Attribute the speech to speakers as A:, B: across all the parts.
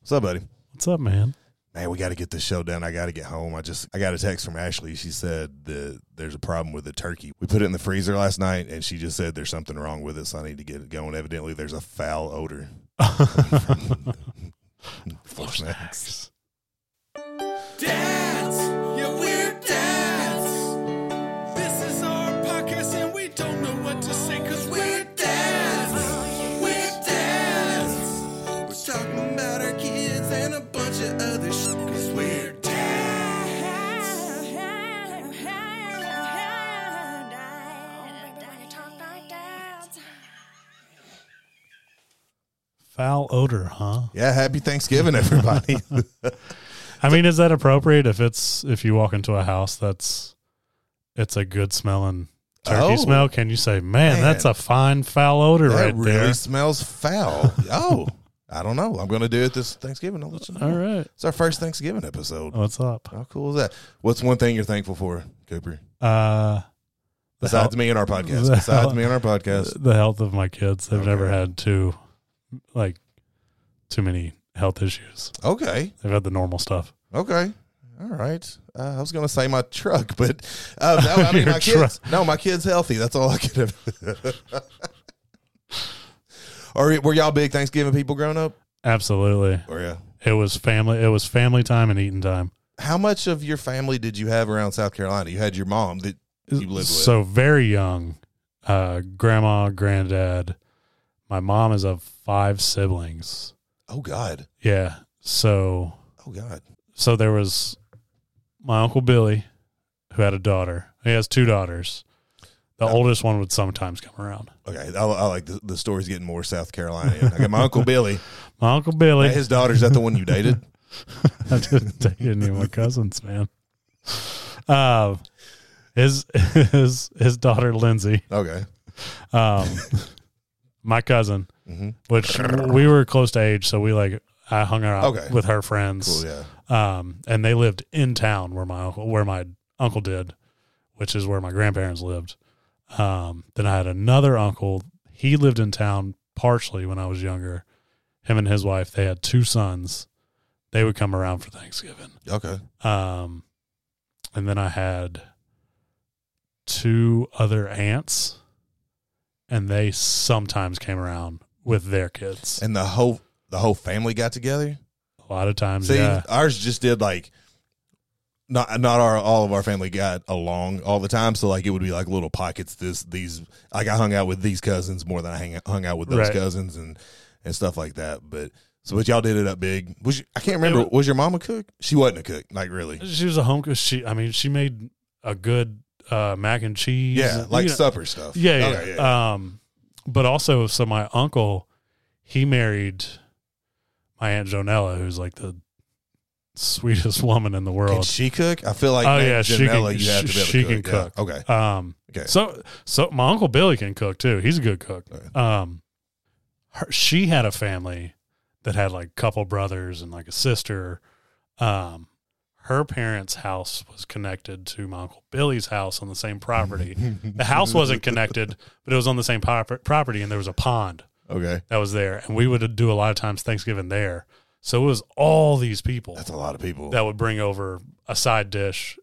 A: What's up, buddy?
B: What's up, man?
A: Man, we got to get this show done. I got to get home. I just I got a text from Ashley. She said that there's a problem with the turkey. We put it in the freezer last night, and she just said there's something wrong with it, so I need to get it going. Evidently, there's a foul odor. Floor snacks.
C: Dads, yeah, we're dads. This is our podcast, and we don't know what to say because we're dads. We're dads. We're talking about our kids and a bunch of other shit because we're
D: dads.
B: Foul odor, huh?
A: Yeah, happy Thanksgiving, everybody.
B: I mean, is that appropriate if it's if you walk into a house that's it's a good smelling turkey
A: Oh.
B: smell? Can you say, man,
A: Man.
B: that's a fine foul odor
A: that
B: right
A: really
B: there?
A: smells foul. Oh, I don't know. I'm going to do it this Thanksgiving. I'll let you know.
B: All right,
A: It's our first Thanksgiving episode.
B: what's up?
A: How cool is that? What's one thing you're thankful for, Cooper?
B: Uh, the,
A: Besides
B: health,
A: me and our podcast.
B: the
A: Besides
B: hell-
A: me and our podcast.
B: the health of my kids. They've never
A: Okay.
B: had too like too many health issues.
A: Okay.
B: They've had the normal stuff.
A: Okay. All right. Uh, I was going to say my truck, but uh, no, I mean,
B: Your
A: my kids.
B: truck.
A: No, my kid's healthy. That's all I could have. Or were y'all big Thanksgiving people growing up?
B: Absolutely,
A: Or yeah.
B: it was family. It was family time and eating time.
A: How much of your family did you have around South Carolina? You had your mom that you lived with.
B: so very young uh grandma granddad my mom is of five siblings
A: oh God.
B: yeah so
A: Oh God.
B: so there was my uncle billy who had a daughter he has two daughters the
A: Oh.
B: oldest one would sometimes come around
A: Okay, I, I like the, the story's getting more South Carolina. I got my uncle Billy.
B: my uncle billy
A: His daughter's that the one you dated?
B: i didn't take any of my cousins man um his his his daughter lindsay
A: Okay.
B: um my cousin
A: hmm
B: which we were close to age, so we like I hung out
A: Okay.
B: with her friends,
A: Cool. Yeah.
B: um, and they lived in town where my uncle where my uncle did, which is where my grandparents lived. Um, then I had another uncle. He lived in town partially when I was younger. Him and his wife, they had two sons. They would come around for Thanksgiving.
A: Okay.
B: Um, and then I had two other aunts, and they sometimes came around with their kids.
A: And the whole the whole family got together.
B: a lot of times,
A: See,
B: yeah,
A: ours just did like not not our all of our family got along all the time. So like it would be like little pockets. This these like I hung out with these cousins more than I hang, hung out with those
B: Right.
A: cousins and and stuff like that. But so but y'all did it up big. Was you, I can't remember.
B: wa-
A: was, your mom a cook? She wasn't a cook. Like really.
B: she was a home. cook. She, I mean, she made a good uh, mac and cheese.
A: Yeah, like
B: You know-
A: supper stuff.
B: Yeah, yeah.
A: Okay,
B: Um, but also, so my uncle, he married my aunt Jonella, who's like the sweetest woman in the
A: Can
B: world.
A: she cook? I feel like
B: Oh,
A: Aunt
B: yeah, she can-
A: Janella, you have to be able
B: she
A: to
B: can
A: cook. Yeah. Okay.
B: Um,
A: Okay.
B: So, so my uncle Billy can cook too. He's a good cook.
A: Okay.
B: Um, her, she had a family that had like a couple brothers and like a sister. Um, her parents' house was connected to my uncle Billy's house on the same property. the house wasn't connected, but it was on the same proper property, and there was a pond
A: Okay.
B: that was there, and we would do a lot of times Thanksgiving there. So it was all these people
A: That's a lot of people.
B: that would bring over a side dish,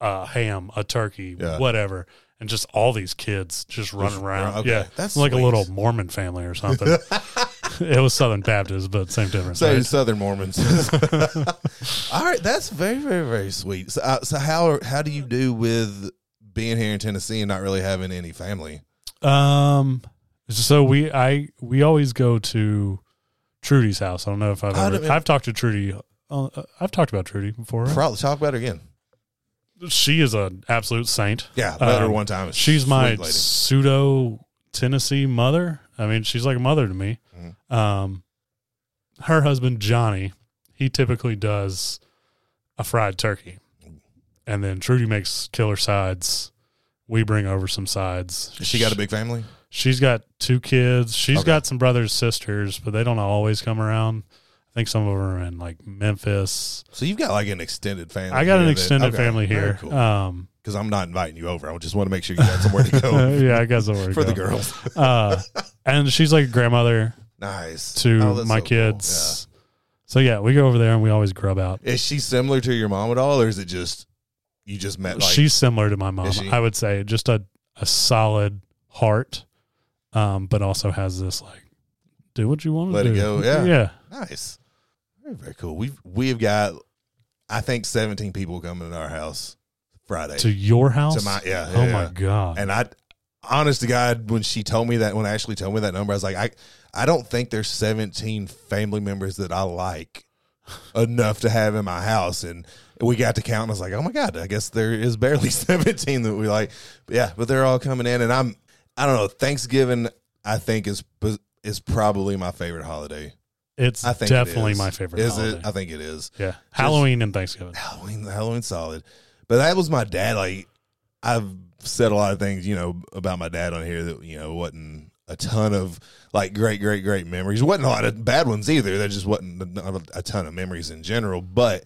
B: a ham, a turkey,
A: Yeah.
B: whatever, and just all these kids just running around.
A: okay.
B: Yeah,
A: That's
B: like
A: sweet.
B: a little Mormon family or something. it was Southern Baptist, but same difference.
A: Say
B: right?
A: Southern Mormons. All right, that's very, very, very sweet. So, uh, so how how do you do with being here in Tennessee and not really having any family?
B: Um, so we I we always go to Trudy's house. I don't know if I've
A: I
B: ever,
A: don't-
B: I've talked to Trudy. Uh, I've talked about Trudy before. right?
A: Probably talk about it again.
B: She is an absolute saint.
A: Yeah, better
B: Um,
A: one time. It's
B: she's
A: sweet
B: my
A: lady.
B: pseudo Tennessee mother. I mean, she's like a mother to me.
A: Mm-hmm.
B: Um, her husband Johnny, he typically does a fried turkey, and then Trudy makes killer sides. We bring over some sides.
A: Has She got a big family.
B: She's got two kids. She's
A: Okay.
B: got some brothers, sisters, but they don't always come around. I think some of them are in like Memphis.
A: So you've got like an extended family.
B: I
A: here
B: got an
A: that-
B: extended
A: okay,
B: family
A: very
B: here.
A: cool.
B: Um,
A: Because I'm not inviting you over. I just want to make sure you got somewhere to go
B: yeah, I guess I'll work
A: for the
B: out.
A: girls.
B: Uh, and she's like a grandmother.
A: nice
B: to
A: Oh, that's
B: my
A: so cool.
B: kids. So yeah, we go over there and we always grub out.
A: Is she similar to your mom at all, or is it just you just met like
B: She's similar to my mom.
A: she?
B: I would say just a, a solid heart, um, but also has this like, do what you want to
A: Let
B: do.
A: it go, yeah.
B: Yeah.
A: nice? Very, very cool. We've we've got I think seventeen people coming to our house Friday.
B: To your house?
A: To my- yeah,
B: oh
A: yeah,
B: my
A: yeah.
B: God.
A: and I honest to God, when she told me that when Ashley told me that number, I was like, I I don't think there's seventeen family members that I like enough to have in my house. And we got to count and I was like, Oh my God, I guess there is barely seventeen that we like. But yeah, but they're all coming in and I'm I don't know, Thanksgiving I think is is probably my favorite holiday.
B: it's
A: I think it
B: definitely
A: is.
B: my favorite
A: Is
B: holiday.
A: it? I think it is.
B: yeah. Halloween and Thanksgiving.
A: Halloween, Halloween, solid. But that was my dad. Like I've said a lot of things, you know, about my dad on here that you know wasn't a ton of like great, great, great memories. wasn't a lot of bad ones either. There just wasn't not a ton of memories in general. But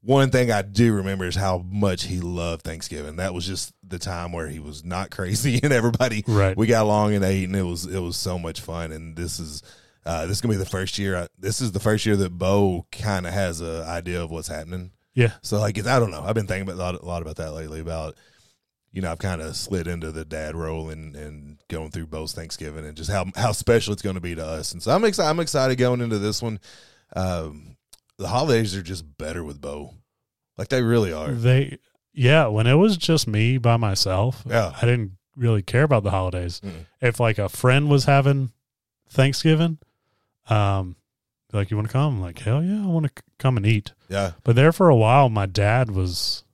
A: one thing I do remember is how much he loved Thanksgiving. That was just the time where he was not crazy and everybody
B: Right.
A: we got along and ate and it was it was so much fun and this is uh, this is gonna be the first year. I, this is the first year that Bo kind of has a idea of what's happening.
B: Yeah.
A: So like, it's- I don't know. I've been thinking about a lot, a lot about that lately. About you know, I've kind of slid into the dad role and and going through both Thanksgiving and just how how special it's going to be to us. And so I'm excited. I'm excited going into this one. Um, the holidays are just better with Bo, like they really are.
B: They, yeah, when it was just me by myself,
A: Yeah.
B: I didn't really care about the holidays.
A: Mm.
B: If like a friend was having Thanksgiving, um, be like you want to come? I'm like hell yeah, I want to come and eat.
A: Yeah,
B: But there for a while, my dad was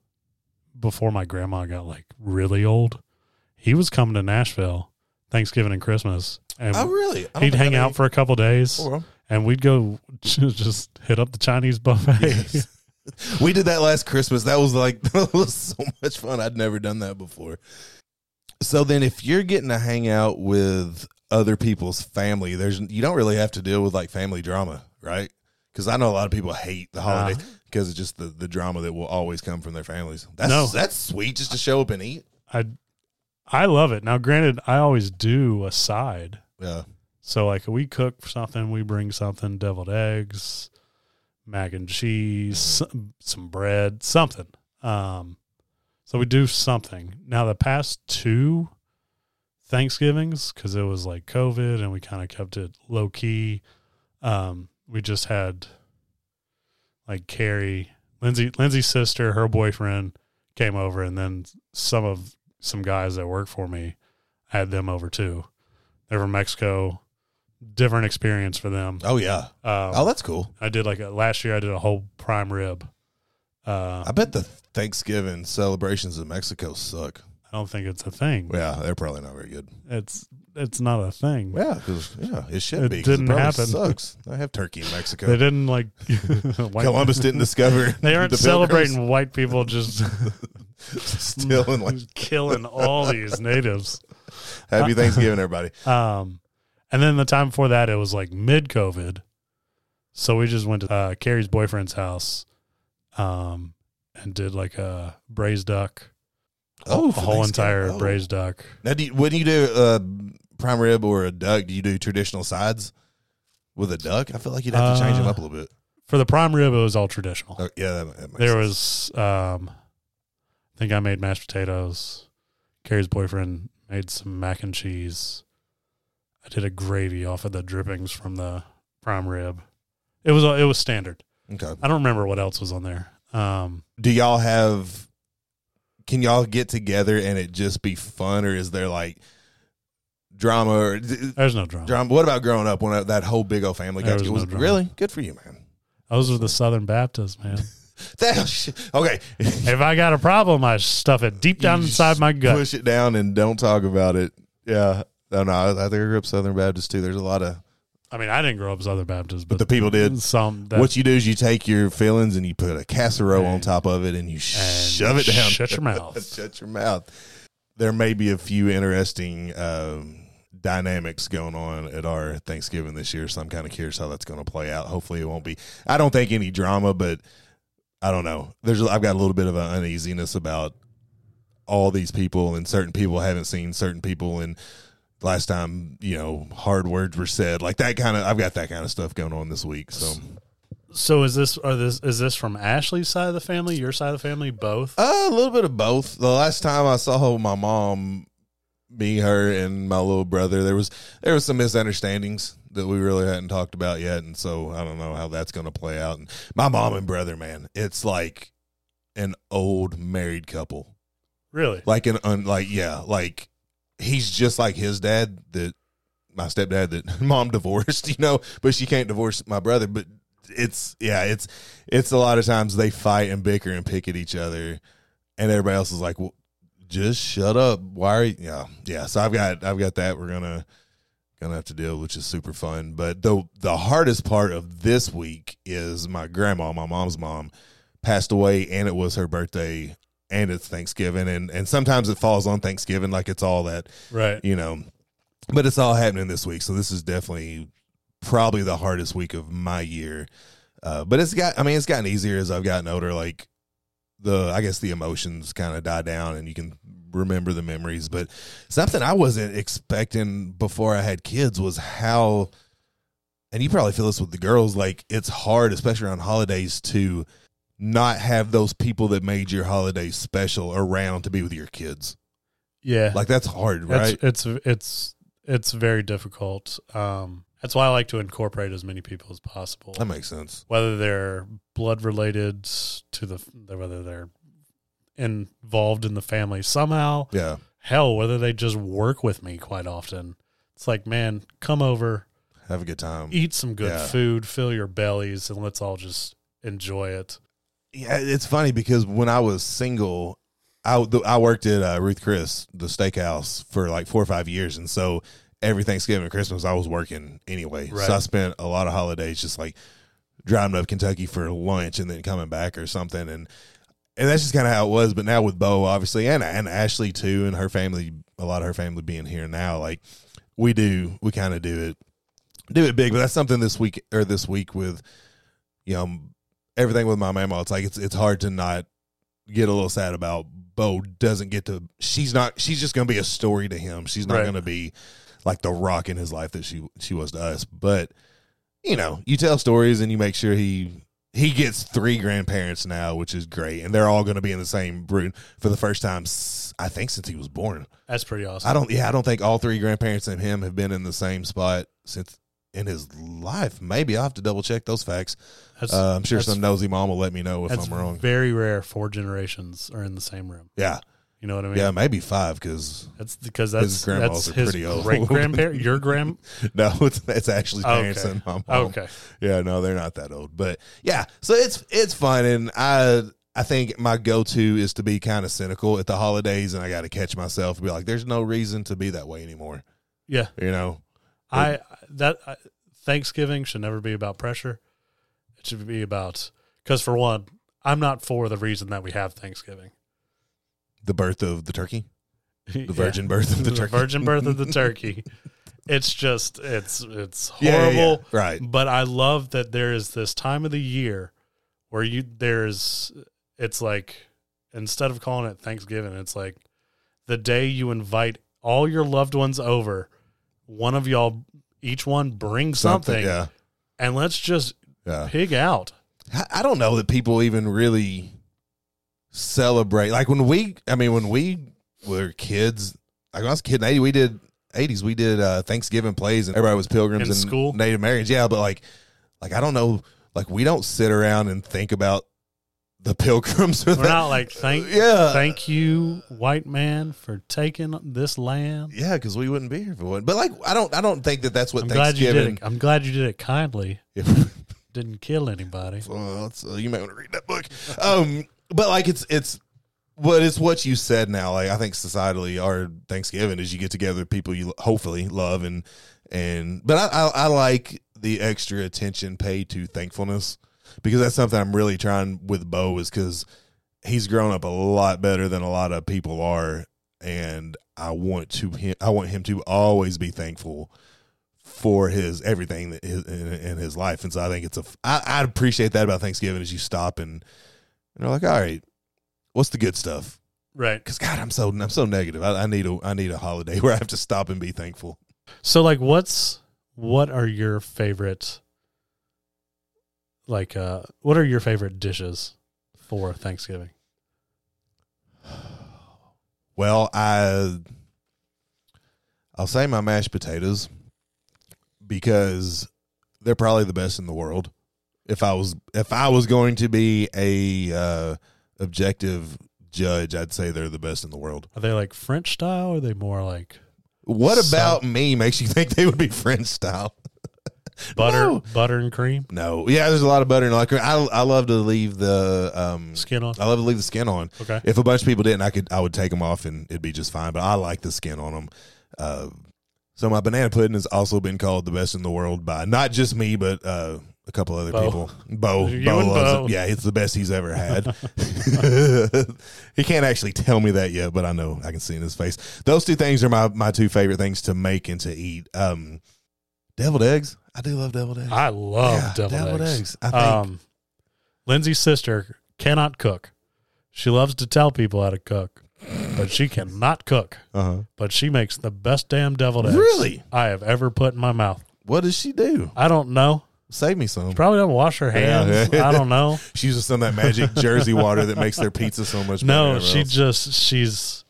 B: before my grandma got like really old. He was coming to Nashville Thanksgiving and Christmas, and
A: oh really? I don't
B: he'd
A: think Oh,
B: hang
A: I
B: out for a couple days,
A: knew-
B: and we'd go just hit up the Chinese buffet.
A: Yes. We did that last Christmas. That was like that was so much fun. I'd never done that before. So then if you're getting to hang out with other people's family, there's you don't really have to deal with like family drama, right? Cuz I know a lot of people hate the holidays because it's just the, the drama that will always come from their families. That's
B: No.
A: that's sweet just to show up and eat.
B: I Uh, I love it. Now, granted, I always do a side.
A: Yeah.
B: So like we cook something, we bring something, deviled eggs, mac and cheese, some, some bread, something. Um, so we do something. Now the past two Thanksgivings, because it was like COVID and we kind of kept it low key. Um, we just had like Carrie, Lindsay, Lindsay's sister, her boyfriend came over, and then some of some guys that work for me I had them over too. They're from Mexico. Different experience for them.
A: Oh yeah.
B: Um,
A: Oh, that's cool.
B: I did like a, last year. I did a whole prime rib. Uh,
A: I bet the Thanksgiving celebrations in Mexico suck.
B: I don't think it's a thing.
A: Yeah, they're probably not very good.
B: It's it's not a thing.
A: Yeah, because yeah, it should
B: It
A: be. 'cause
B: didn't
A: probably
B: happen.
A: Sucks. I have turkey in Mexico.
B: They didn't like white-
A: Columbus didn't discover.
B: They aren't
A: the
B: celebrating white people just
A: Pilgrims. Still in like
B: killing all these natives.
A: happy Thanksgiving, everybody.
B: Um, and then the time before that, it was like mid COVID. So we just went to uh, Carrie's boyfriend's house um, and did like a braised duck.
A: Oh,
B: a
A: for
B: whole
A: Thanksgiving.
B: entire
A: Oh.
B: braised duck.
A: Now, do you, when you do a prime rib or a duck, do you do traditional sides with a duck? I feel like you'd have to change them
B: Uh,
A: up a little bit.
B: For the prime rib, it was all traditional.
A: Oh, yeah, that, that makes
B: there
A: sense.
B: was, um, I think I made mashed potatoes. Carrie's boyfriend made some mac and cheese. I did a gravy off of the drippings from the prime rib. It was uh, it was standard.
A: okay.
B: I don't remember what else was on there. Um,
A: Do y'all have? Can y'all get together and it just be fun, or is there like drama? Or,
B: there's no drama.
A: drama? What about growing up when that whole big old family
B: There
A: got
B: was
A: together?
B: no drama.
A: really good for you, man.
B: Those are the Southern Baptists, man.
A: That, okay,
B: if I got a problem, I stuff it deep down
A: You
B: inside
A: just
B: my gut.
A: Push it down and don't talk about it. Yeah. No, no, I, I think I grew up Southern Baptist too. There's a lot of,
B: I mean, I didn't grow up Southern Baptist,
A: but
B: but,
A: the people did.
B: some that
A: What you do is you take your fillings and you put a casserole on
B: And-
A: top of it and you shove it down.
B: shut your mouth.
A: shut your mouth. There may be a few interesting um, dynamics going on at our Thanksgiving this year, so I'm kind of curious how that's going to play out. Hopefully, it won't be. I don't think any drama, but I don't know. There's I've got a little bit of an uneasiness about all these people and certain people haven't seen certain people and last time you know hard words were said like that kind of i've got that kind of stuff going on this week so
B: So is this are this is this from Ashley's side of the family, your side of the family, both?
A: Uh, a little bit of both. The last time I saw my mom, me, her, and my little brother, there was there was some misunderstandings that we really hadn't talked about yet, and so I don't know how that's going to play out. And my mom and brother, man, it's like an old married couple,
B: really?
A: like an un, like yeah, like he's just like his dad that my stepdad that mom divorced, you know, but she can't divorce my brother, but. It's yeah, it's it's a lot of times they fight and bicker and pick at each other, and everybody else is like, well, "Just shut up." Why are you? Yeah, yeah. So I've got I've got that. We're gonna gonna have to deal, with, which is super fun. But the the hardest part of this week is my grandma, my mom's mom, passed away, and it was her birthday, and it's Thanksgiving, and and sometimes it falls on Thanksgiving, like it's all that
B: Right.
A: you know. But it's all happening this week, so this is definitely probably the hardest week of my year. Uh, but it's got, I mean, it's gotten easier as I've gotten older. Like the, I guess the emotions kind of die down, and you can remember the memories. But something I wasn't expecting before I had kids was how, and you probably feel this with the girls, like it's hard, especially around holidays, to not have those people that made your holidays special around to be with your kids.
B: Yeah.
A: Like that's hard,
B: It's-
A: right?
B: It's it's it's very difficult. Um, that's why I like to incorporate as many people as possible,
A: that makes sense.
B: whether they're blood related to the whether they're involved in the family somehow.
A: Yeah.
B: Hell, whether they just work with me quite often. It's like, man, come over,
A: Have a good time.
B: eat some good
A: Yeah.
B: food, fill your bellies, and let's all just enjoy it.
A: Yeah, it's funny because when I was single, I the- I worked at uh, Ruth Chris, the steakhouse, for like four or five years, and so every Thanksgiving and Christmas I was working anyway.
B: Right.
A: So I spent a lot of holidays just like driving up Kentucky for lunch and then coming back or something, and and that's just kind of how it was. But now with Bo, obviously, and and Ashley too, and her family, a lot of her family being here now, like we do, we kind of do it, do it big. But that's something this week or this week with, you know, everything with my mama. It's like it's it's hard to not get a little sad about Bo doesn't get to. She's not. She's just gonna be a story to him. She's not
B: Right.
A: gonna be like the rock in his life that she she was to us. But you know, you tell stories and you make sure he he gets three grandparents now, which is great, and they're all going to be in the same brood for the first time. s- I think since he was born.
B: That's pretty awesome.
A: I don't. Yeah, I don't think all three grandparents and him have been in the same spot since in his life. Maybe I will have to double check those facts.
B: That's,
A: Uh, I'm sure
B: that's-
A: some nosy mom will let me know if
B: that's
A: I'm wrong.
B: very rare. Four generations are in the same room.
A: Yeah,
B: You know what I mean?
A: yeah, maybe five because
B: That's because that's
A: His grandmas
B: that's
A: are
B: his
A: pretty old.
B: great grandparent. Your grand.
A: no, it's, it's Ashley's parents
B: Okay.
A: and my mom.
B: Okay.
A: Yeah, no, they're not that old, but yeah. So it's it's fun, and I I think my go to is to be kind of cynical at the holidays, and I got to catch myself and be like, there's no reason to be that way anymore.
B: Yeah.
A: You know,
B: I that I, Thanksgiving should never be about pressure. It should be about because for one, I'm not for the reason that we have Thanksgiving.
A: the birth of the turkey, the virgin birth of the,
B: the
A: turkey,
B: virgin birth of the turkey. It's just it's it's
A: Yeah, yeah,
B: horrible.
A: yeah. right?
B: But I love that there is this time of the year where you there's it's like instead of calling it Thanksgiving, it's like the day you invite all your loved ones over, one of y'all each one brings something,
A: yeah,
B: and let's just
A: yeah.
B: pig out.
A: I- I don't know that people even really celebrate. Like when we, I mean, when we were kids, like when I was a kid in the 80s, we did 80s, we did uh, Thanksgiving plays and everybody was pilgrims
B: In
A: and
B: school?
A: Native Americans. Yeah. But like, like, I don't know, like we don't sit around and think about the pilgrims. Or
B: We're
A: that.
B: not like thank
A: Yeah.
B: thank you, white man, for taking this land.
A: yeah. Cause we wouldn't be here if it wasn't. But like, I don't, I don't think that that's what
B: I'm glad you did
A: Thanksgiving.
B: it. I'm glad you did it kindly.
A: Yeah.
B: Didn't kill anybody.
A: Well, that's, uh, you might want to read that book. Um, but like it's it's what it's what you said now. Like I think societally, our Thanksgiving is you get together with people you hopefully love and and. But I I, I like the extra attention paid to thankfulness because that's something I'm really trying with Bo is because he's grown up a lot better than a lot of people are, and I want to him, I want him to always be thankful for his everything that his, in, in his life, and so I think it's a I, I appreciate that about Thanksgiving is you stop and and are like, all right, what's the good stuff?
B: Right.
A: Because God, I'm so I'm so negative. I, I need a I need a holiday where I have to stop and be thankful.
B: So like what's what are your favorite like uh what are your favorite dishes for Thanksgiving?
A: Well, I I'll say my mashed potatoes because they're probably the best in the world. If I was if I was going to be a uh, objective judge, I'd say they're the best in the world.
B: Are they like French style or are they more like
A: What
B: So-
A: about me makes you think they would be French style?
B: butter
A: No.
B: butter and cream?
A: No, yeah, there's a lot of butter and like I I love to leave the um
B: Skin on.
A: I love to leave the skin on.
B: Okay.
A: If a bunch of people didn't, I could I would take them off and it'd be just fine. But I like the skin on them. Uh, so my banana pudding has also been called the best in the world by not just me, but uh, a couple other
B: Bo.
A: people. Bo,
B: You
A: Bo
B: and
A: loves
B: Bo.
A: it. Yeah, it's the best he's ever had. he can't actually tell me that yet, but I know I can see in his face. Those two things are my my two favorite things to make and to eat. Um, deviled eggs. I do love deviled eggs.
B: I love
A: Yeah,
B: deviled,
A: deviled
B: eggs.
A: eggs, I think.
B: Um, Lindsay's sister cannot cook. She loves to tell people how to cook, but she cannot cook.
A: Uh-huh.
B: But she makes the best damn deviled eggs
A: Really?
B: I have ever put in my mouth.
A: What does she do?
B: I don't know.
A: Save me some.
B: Probably doesn't wash her
A: Yeah.
B: hands. I don't know.
A: She uses some of that magic Jersey water that makes their pizza so much. better than
B: No,
A: everyone
B: she
A: else.
B: just she's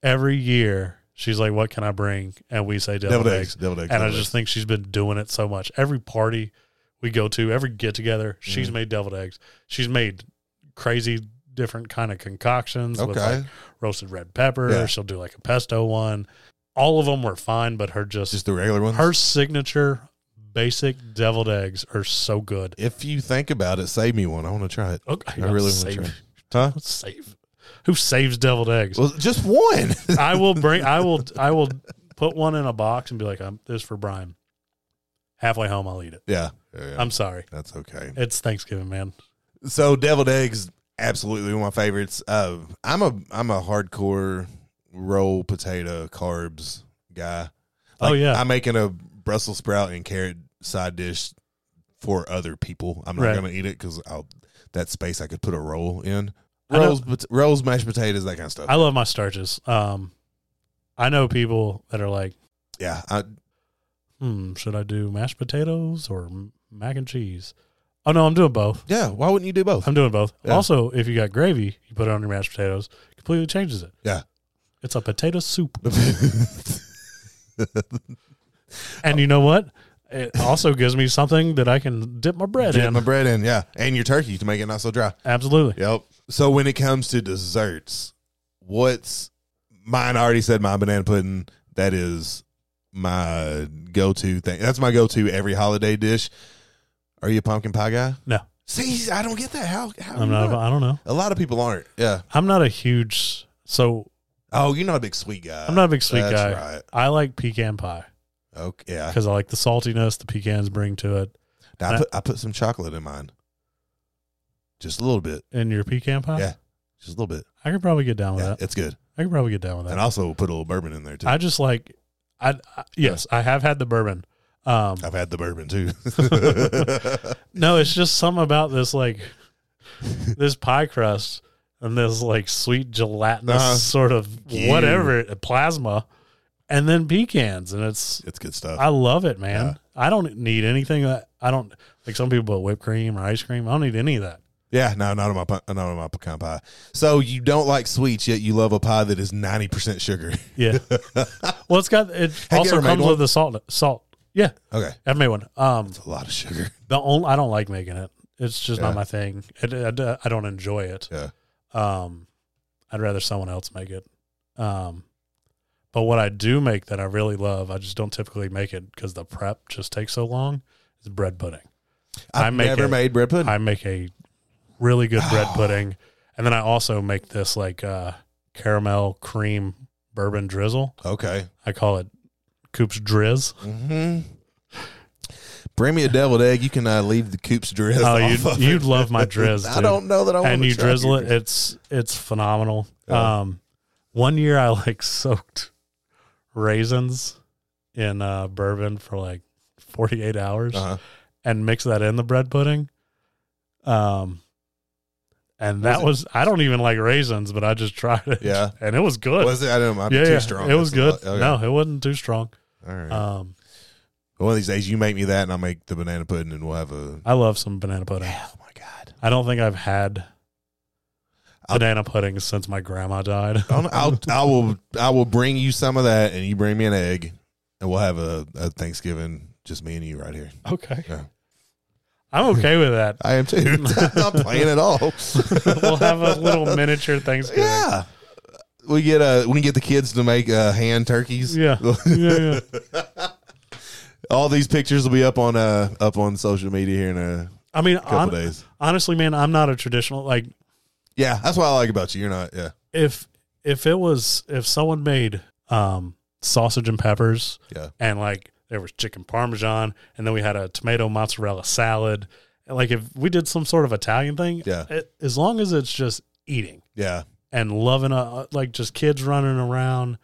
B: every year she's like, "What can I bring?" And we say deviled,
A: Deviled
B: eggs.
A: eggs, deviled eggs,
B: And I
A: deviled
B: just think she's been doing it so much. Every party we go to, every get together, she's
A: Mm-hmm.
B: made deviled eggs. She's made crazy different kind of concoctions with
A: Okay.
B: like roasted red pepper.
A: Yeah.
B: She'll do like a pesto one. All of them were fine, but her just,
A: just the regular ones.
B: her signature basic deviled eggs are so good.
A: if you think about it, save me one. I want to try it.
B: Okay,
A: I really want to
B: save,
A: try. It. Huh?
B: save. Who saves deviled eggs?
A: Well, just one.
B: I will bring. I will. I will put one in a box and be like, "I'm this is for Brian." Halfway home, I'll eat it.
A: yeah, yeah, yeah.
B: I'm sorry.
A: that's okay.
B: It's Thanksgiving, man.
A: So deviled eggs, absolutely one of my favorites. Uh, I'm a I'm a hardcore roll potato carbs guy.
B: oh yeah,
A: I'm making a Brussels sprout and carrot side dish for other people. I'm not
B: Right.
A: gonna eat it because I'll that space I could put a roll in.
B: I know-
A: Rolls, pot- rolls, mashed potatoes, that kind of stuff.
B: I love my starches. Um, I know people that are like,
A: yeah, I,
B: "Hmm, should I do mashed potatoes or m- mac and cheese?" Oh no, I'm doing both.
A: yeah. Why wouldn't you do both?
B: I'm doing both.
A: Yeah.
B: Also, if you got gravy, you put it on your mashed potatoes, completely changes it.
A: Yeah.
B: It's a potato soup, and you know what? It also gives me something that I can dip my bread
A: Dip
B: in.
A: my bread in, yeah, and your turkey to make it not so dry.
B: Absolutely.
A: Yep. So when it comes to desserts, what's mine? I already said my banana pudding. That is my go-to thing. That's my go-to every holiday dish. Are you a pumpkin pie guy?
B: No,
A: See, I don't get that. How? how
B: I'm not. I don't know.
A: A lot of people aren't. Yeah.
B: I'm not a huge so
A: Oh, you're not a big sweet guy.
B: I'm not a big sweet
A: That's
B: guy.
A: Right.
B: I like pecan pie
A: Okay. Yeah.
B: because I like the saltiness the pecans bring to it.
A: I put I put some chocolate in mine. Just a little bit.
B: In your pecan pie,
A: Yeah. Just a little bit.
B: I could probably get down with
A: Yeah,
B: that.
A: it's good.
B: I could probably get down with
A: And
B: that.
A: also put a little bourbon in there too.
B: I just like, I, I yes, I have had the bourbon. Um,
A: I've had the bourbon too.
B: no, it's just something about this like this pie crust and this like sweet gelatinous
A: Uh-huh.
B: sort of
A: Ew.
B: whatever plasma, and then pecans, and it's
A: it's good stuff.
B: I love it, man. I don't need anything that I don't like. Some people put whipped cream or ice cream. I don't need any of that.
A: yeah, no, not on my pu- not on my pecan pie. So you don't like sweets, yet you love a pie that is ninety percent sugar.
B: Yeah. well, it's got it
A: you
B: also
A: ever made
B: comes
A: one?
B: with the salt. Salt. Yeah,
A: okay,
B: I've made one. Um,
A: a lot of sugar.
B: the only I don't like making it. It's just
A: Yeah.
B: not my thing. It, I, I don't enjoy it.
A: Yeah.
B: Um, I'd rather someone else make it. Um, but what I do make that I really love, I just don't typically make it because the prep just takes so long. Is bread pudding. I
A: I've
B: make
A: never
B: it-
A: made bread pudding.
B: I make a really good bread pudding, and then I also make this like uh, caramel cream bourbon drizzle.
A: okay.
B: I call it Coop's Drizz.
A: hmm Bring me a deviled egg. You can uh, leave the coops dress.
B: Oh,
A: off
B: you'd-
A: of
B: you'd
A: it.
B: love my drizz,
A: I
B: dude.
A: don't know that I want.
B: and you
A: try
B: drizzle it.
A: your-
B: It's it's phenomenal.
A: Yeah.
B: Um, one year I like soaked raisins in uh, bourbon for like forty eight hours
A: Uh-huh.
B: and mixed that in the bread pudding. Um. And that was, I don't even like raisins, but I just tried it.
A: Yeah.
B: And it was good.
A: Was it? I don't know. I'm
B: yeah,
A: too
B: yeah.
A: strong.
B: It was
A: That's
B: good.
A: a lot. Okay.
B: No, it wasn't too strong.
A: All right.
B: Um,
A: One of these days, you make me that, and I'll make the banana pudding, and we'll have a.
B: I love some banana pudding.
A: Oh my god!
B: I don't think I've had
A: I'll- Oh,
B: banana pudding since my grandma died.
A: I'll, I'll I will I will bring you some of that, and you bring me an egg, and we'll have a, a Thanksgiving just me and you right here.
B: okay.
A: Yeah.
B: I'm okay with that.
A: I am too. I'm not playing at all.
B: we'll have a little miniature Thanksgiving.
A: Yeah. We get uh we can get the kids to make uh hand turkeys.
B: Yeah. Yeah, yeah.
A: All these pictures will be up on uh up on social media here in a
B: I mean,
A: couple
B: hon-
A: days.
B: honestly, man, I'm not a traditional like
A: Yeah, that's what I like about you. You're not yeah.
B: if if it was if someone made um sausage and peppers
A: Yeah.
B: and like there was chicken parmesan and then we had a tomato mozzarella salad and like if we did some sort of Italian thing,
A: Yeah.
B: it- as long as it's just eating
A: Yeah.
B: and loving uh like just kids running around,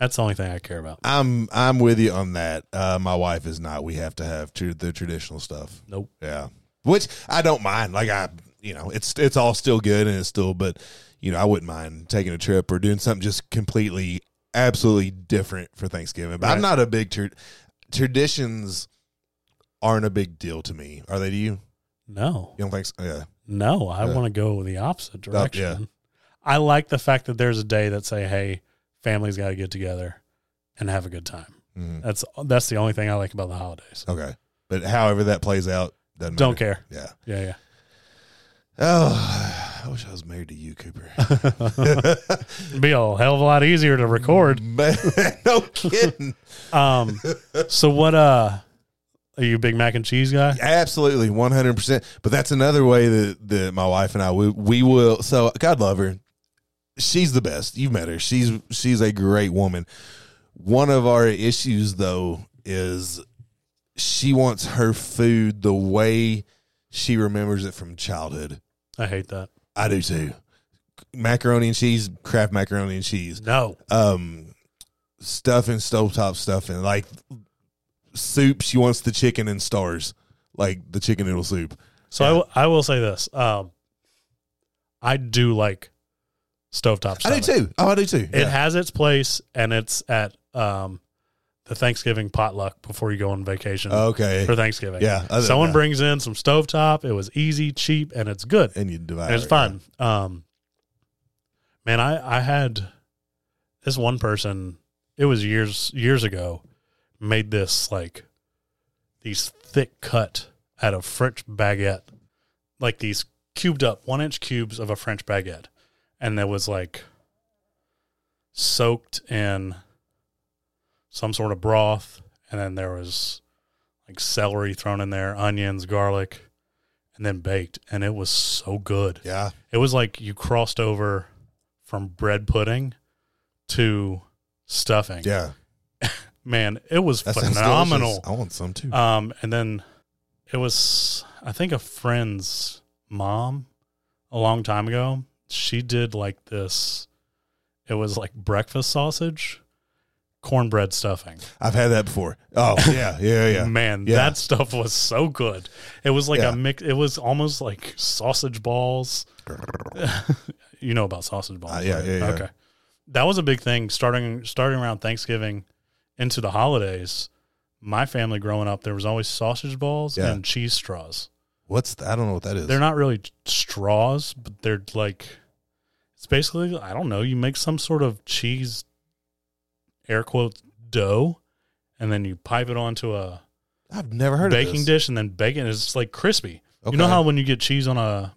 B: that's the only thing I care about.
A: I'm I'm with you on that. Uh my wife is not. We have to have tr- the traditional stuff.
B: Nope.
A: Yeah. Which I don't mind. Like I you know, it's it's all still good and it's still but you know, I wouldn't mind taking a trip or doing something just completely absolutely different for Thanksgiving. But I'm
B: Right.
A: not a big tra- traditions aren't a big deal to me. Are they to you?
B: No.
A: You don't think so? Yeah.
B: No, I
A: Yeah.
B: want to go the opposite
A: yeah.
B: direction. I like the fact that there's a day that say, "Hey, families got to get together and have a good time."
A: Mhm.
B: That's that's the only thing I like about the holidays.
A: Okay. But however that plays out doesn't
B: Don't
A: matter.
B: care.
A: Yeah.
B: Yeah, yeah.
A: Oh, I wish I was married to you, Cooper.
B: It'd be a hell of a lot easier to record.
A: Man, no kidding.
B: Um, so what? Uh, are you a big mac and cheese guy?
A: Absolutely, one hundred percent. But that's another way that, that my wife and I we, we will. So God love her. She's the best. You've met her. She's she's a great woman. One of our issues though is she wants her food the way she remembers it from childhood.
B: I hate that.
A: I do too. Macaroni and cheese, Kraft macaroni and cheese
B: No.
A: um stuff and stovetop stuff and like soup she wants the chicken and stars like the chicken noodle soup
B: So I w- I will say this. Um, I do like stovetop.
A: i do
B: stuffing.
A: too oh i do too
B: It has its place, and it's at um, the Thanksgiving potluck before you go on vacation.
A: okay
B: for Thanksgiving.
A: Yeah, other-
B: Someone
A: yeah.
B: brings in some stovetop. It was easy, cheap, and it's good.
A: and you divide
B: And it's
A: it.
B: fun. Um, man, I, I had this one person, it was years, years ago, made this like these thick cut out of French baguette, like these cubed up one inch cubes of a French baguette. And that was like soaked in some sort of broth. And then there was like celery thrown in there, onions, garlic, and then baked. And it was so good.
A: yeah
B: It was like you crossed over from bread pudding to stuffing.
A: yeah
B: Man, it was
A: That sounds
B: phenomenal.
A: delicious. Oh, i want some too
B: Um, and then it was, I think, a friend's mom a long time ago. She did like this. It was like breakfast sausage, cornbread stuffing.
A: i've had that before oh yeah yeah yeah
B: Man,
A: Yeah.
B: that stuff was so good. It was like
A: Yeah.
B: a mix. It was almost like sausage balls. you know about sausage balls?
A: Uh, yeah,
B: right?
A: yeah, yeah.
B: Okay, that was a big thing starting starting around Thanksgiving into the holidays. My family growing up, there was always sausage balls
A: Yeah.
B: and cheese straws.
A: what's th- i don't know what that is
B: They're not really straws, but they're like it's basically I don't know. You make some sort of cheese, air quotes dough, and then you pipe it onto a
A: i've never heard
B: baking
A: of this.
B: dish and then bacon is just, like crispy.
A: Okay.
B: You know how when you get cheese on a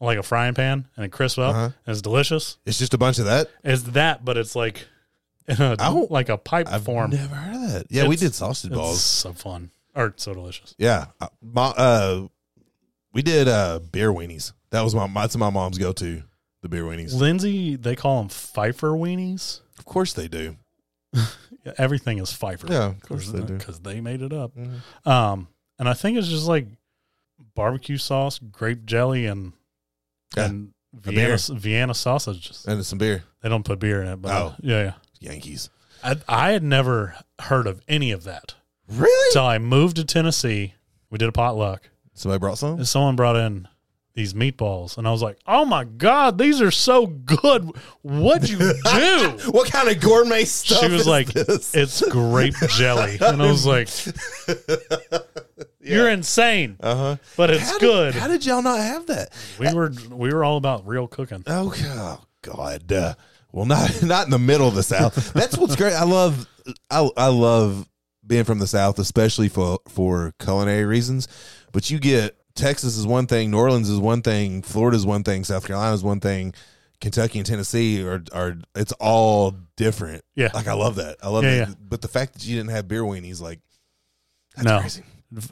B: like a frying pan and it crisps up
A: Uh-huh.
B: and it's delicious?
A: it's just a bunch of that
B: It's that, but it's like in a
A: I don't-
B: like a pipe
A: i've
B: form.
A: never heard of that yeah we
B: It's-
A: did sausage
B: It's
A: balls
B: so fun. Or it's so delicious.
A: Yeah, Uh, my, uh, we did uh, beer weenies. That was my that's my mom's go to. The beer weenies.
B: Lindsay, they call them Pfeiffer weenies.
A: Of course they do.
B: Yeah, Everything is Pfeiffer.
A: Yeah, of course they do. Mm-hmm.
B: Because they made it up. Um, and I think it's just like barbecue sauce, grape jelly, and
A: Yeah.
B: and
A: beer.
B: Vienna Vienna sausages.
A: And some beer.
B: They don't put beer in it, but
A: Oh.
B: yeah, yeah.
A: Yankees.
B: I, I had never heard of any of that
A: Really?
B: until I moved to Tennessee. We did a potluck,
A: Somebody brought some.
B: and someone brought in these meatballs, and I was like, "Oh my god, these are so good! What'd you do?"
A: What kind of gourmet stuff?
B: she was
A: is
B: like,
A: this?
B: "It's grape jelly," and I was like, "You're insane,
A: uh huh.
B: but it's
A: how did-
B: good."
A: how did y'all not have that?
B: we were we were all about real cooking.
A: Oh, g- oh God. Uh, well, not not in the middle of the South. That's what's great. I love I, I love being from the South, especially for for culinary reasons. But you get Texas is one thing, New Orleans is one thing, Florida is one thing, South Carolina is one thing, Kentucky and Tennessee are are it's all different.
B: Yeah.
A: like I love that. I love
B: Yeah,
A: that.
B: yeah.
A: But the fact that you didn't have beer weenies, like that's
B: No.
A: crazy.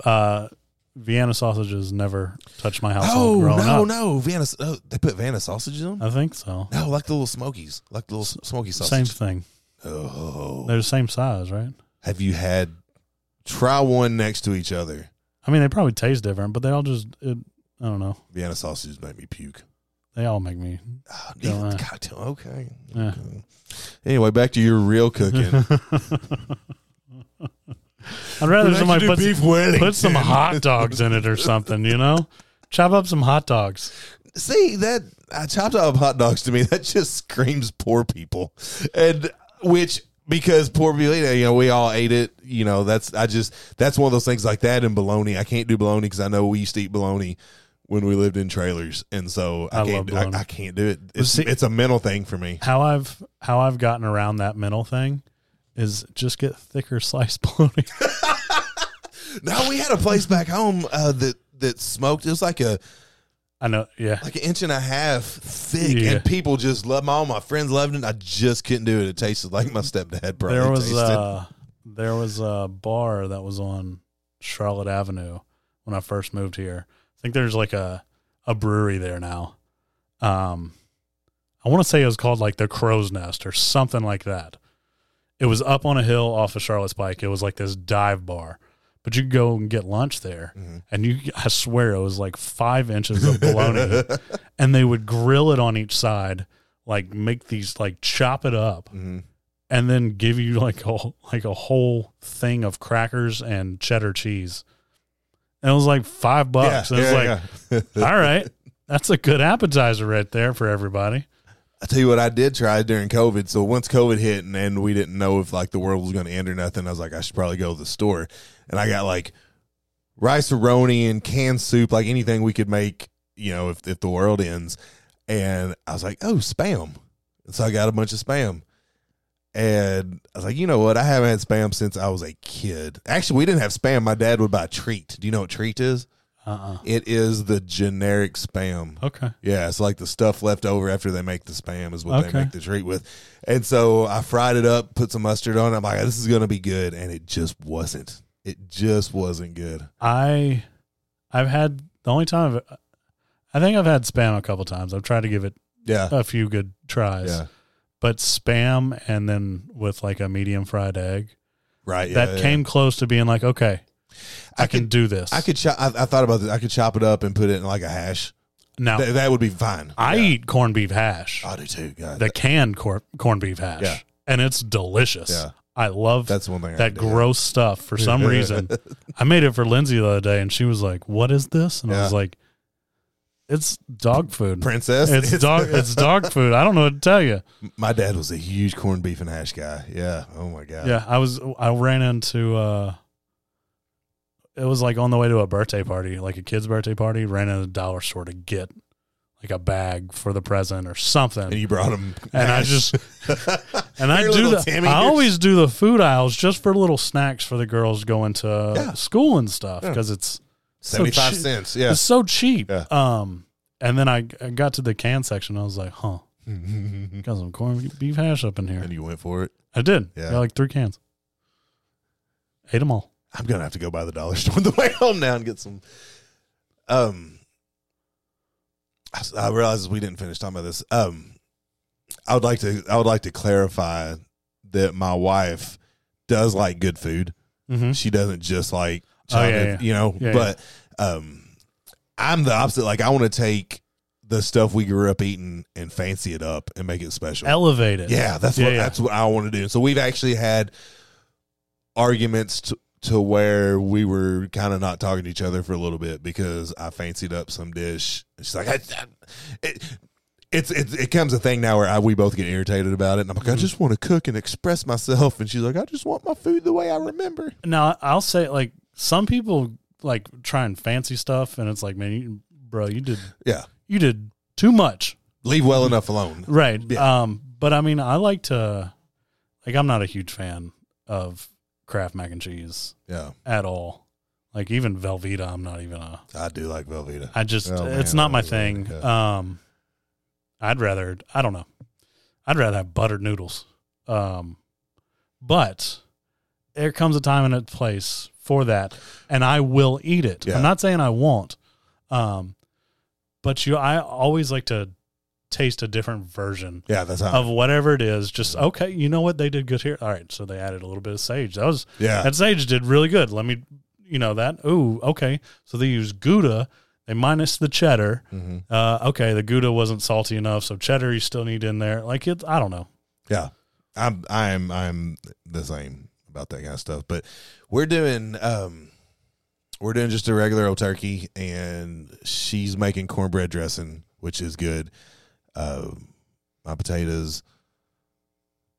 B: Uh, Vienna sausages never touched my household
A: Oh no,
B: growing up.
A: no, Vanna. Oh, they put Vanna sausages on.
B: I think so.
A: No, like the little smokies, like the little smoky
B: Same
A: sausage.
B: thing.
A: Oh.
B: They're the same size, right?
A: Have you had try one next to each other?
B: I mean, they probably taste different, but they all just it, I don't know.
A: Vienna sausages make me puke.
B: They all make me.
A: Oh,
B: Don't
A: yeah,
B: lie.
A: cocktail. Okay.
B: Yeah.
A: Okay. Anyway, back to your real cooking.
B: I'd rather
A: We'd like to
B: somebody put
A: do
B: some,
A: Wellington.
B: put some hot dogs in it or something. You know, chop up some hot dogs.
A: See that I chopped up hot dogs to me. That just screams poor people, and which because poor people, you know, we all ate it. You know, that's I just that's one of those things like that in bologna. I can't do bologna because I know we used to eat bologna when we lived in trailers, and so I,
B: I love
A: can't do-
B: bologna.
A: I, I can't do it. It's,
B: see-
A: it's a mental thing for me.
B: How I've how I've gotten around that mental thing is just get thicker sliced bologna.
A: No, we had a place back home uh, that that smoked. It was like a
B: I know. Yeah.
A: like an inch and a half thick,
B: Yeah.
A: and people just loved. My all my friends loved it. I just couldn't do it. It tasted like my stepdad. Probably
B: there was uh,
A: tasted.
B: a there was a bar that was on Charlotte Avenue when I first moved here. I think there's like a a brewery there now. Um, I want to say it was called like the Crow's Nest or something like that. It was up on a hill off of Charlotte's Pike. It was like this dive bar, but you could go and get lunch there, and you I swear it was like five inches of bologna, and they would grill it on each side, like make these like chop it up
A: Mhm.
B: and then give you like a like a whole thing of crackers and cheddar cheese. And it was like five bucks. And it was like,
A: yeah.
B: all right, that's a good appetizer right there for everybody.
A: I tell you what, I did try during COVID. So once COVID hit and, and we didn't know if like the world was going to end or nothing, I was like, I should probably go to the store. And I got like rice aroni and canned soup, like anything we could make, you know, if, if the world ends. And I was like, oh, spam. And so I got a bunch of spam. And I was like, you know what? I haven't had spam since I was a kid. Actually, we didn't have spam. My dad would buy treat. Do you know what treat is?
B: Uh uh
A: It is the generic spam.
B: Okay.
A: Yeah, it's like the stuff left over after they make the spam is what
B: Okay.
A: they make the treat with. And so I fried it up, put some mustard on it. I'm like, this is going to be good. And it just wasn't. It just wasn't good.
B: I I've had the only time I've, I think I've had spam a couple times. I've tried to give it
A: Yeah.
B: a few good tries.
A: Yeah.
B: But spam and then with like a medium fried egg.
A: Right. Yeah,
B: that
A: yeah.
B: came close to being like, okay, I,
A: I
B: can
A: could-
B: do this.
A: I could chop. I, I thought about this. I could chop it up and put it in like a hash.
B: now
A: Th- that would be fine.
B: I
A: Yeah.
B: eat corned beef hash.
A: I do too. God,
B: the canned cor- corned beef hash,
A: Yeah.
B: and it's delicious.
A: Yeah.
B: I love
A: that's one thing. I
B: that
A: do.
B: gross stuff for some reason. I made it for Lindsay the other day, and she was like, "What is this?" And I was
A: Yeah.
B: like, "It's dog food,
A: princess.
B: It's dog. It's dog food. I don't know what to tell you."
A: My dad was a huge corned beef and hash guy. Yeah. Oh my god.
B: Yeah, I was. I ran into. uh It was like on the way to a birthday party, like a kid's birthday party. Ran into the dollar store to get like a bag for the present or something.
A: And you brought him.
B: and I
A: hash.
B: just and I
A: Here,
B: do
A: little
B: the,
A: Timmy,
B: I
A: here's-
B: always oh, do the food aisles just for little snacks for the girls going to
A: Yeah.
B: school and stuff
A: Yeah.
B: because it's so
A: seventy five
B: cheap.
A: cents. Yeah.
B: It's so cheap.
A: Yeah.
B: Um, and then I, I got to the can section. I was like, huh,
A: and
B: got some corned beef hash up in here.
A: you went for it.
B: I did.
A: Yeah.
B: Got like three cans. Ate them all.
A: I'm gonna have to go by the dollar store on the way home now and get some. Um, I, s- I realize we didn't finish talking about this. Um, I would like to. I would like to clarify that my wife does like good food.
B: Mm-hmm.
A: She doesn't just like,
B: Oh, yeah,
A: China,
B: yeah.
A: you know.
B: Yeah,
A: but um, I'm the opposite. Like I want to take the stuff we grew up eating and fancy it up and make it special.
B: Elevate it.
A: Yeah, that's
B: Yeah,
A: what
B: yeah.
A: that's what I want to do. So we've actually had arguments t- to where we were kind of not talking to each other for a little bit because I fancied up some dish. And She's like, I, I- it, it's, it's it comes a thing now where I, we both get irritated about it, and I'm like, I just want to cook and express myself, and she's like, I just want my food the way I remember.
B: Now I'll say like some people like trying fancy stuff, and it's like, man, you, bro, you did
A: Yeah,
B: you did too much,
A: leave well enough alone.
B: right?
A: Yeah.
B: Um, but I mean, I like to like I'm not a huge fan of Kraft mac and cheese
A: Yeah,
B: at all. Like even Velveeta, I'm not even a.
A: I do like Velveeta.
B: I just
A: Oh,
B: it's
A: man,
B: not my
A: I really
B: thing.
A: like that.
B: Um, I'd rather I don't know. I'd rather have buttered noodles. Um, but there comes a time and a place for that, and I will eat it.
A: Yeah.
B: I'm not saying I won't. Um, but you, I always like to taste a different version
A: Yeah, that's how.
B: of whatever it is. Just okay, you know what they did good here. All right, so they added a little bit of sage. That was
A: yeah,
B: that sage did really good. Let me, you know that. Ooh, okay. So they use Gouda. They minus the cheddar.
A: Mhm.
B: Uh, okay, the Gouda wasn't salty enough, so cheddar you still need in there. Like it's, I don't know.
A: Yeah, I'm I'm I'm the same about that kind of stuff. But we're doing um, we're doing just a regular old turkey, and she's making cornbread dressing, which is good. Um, my potatoes.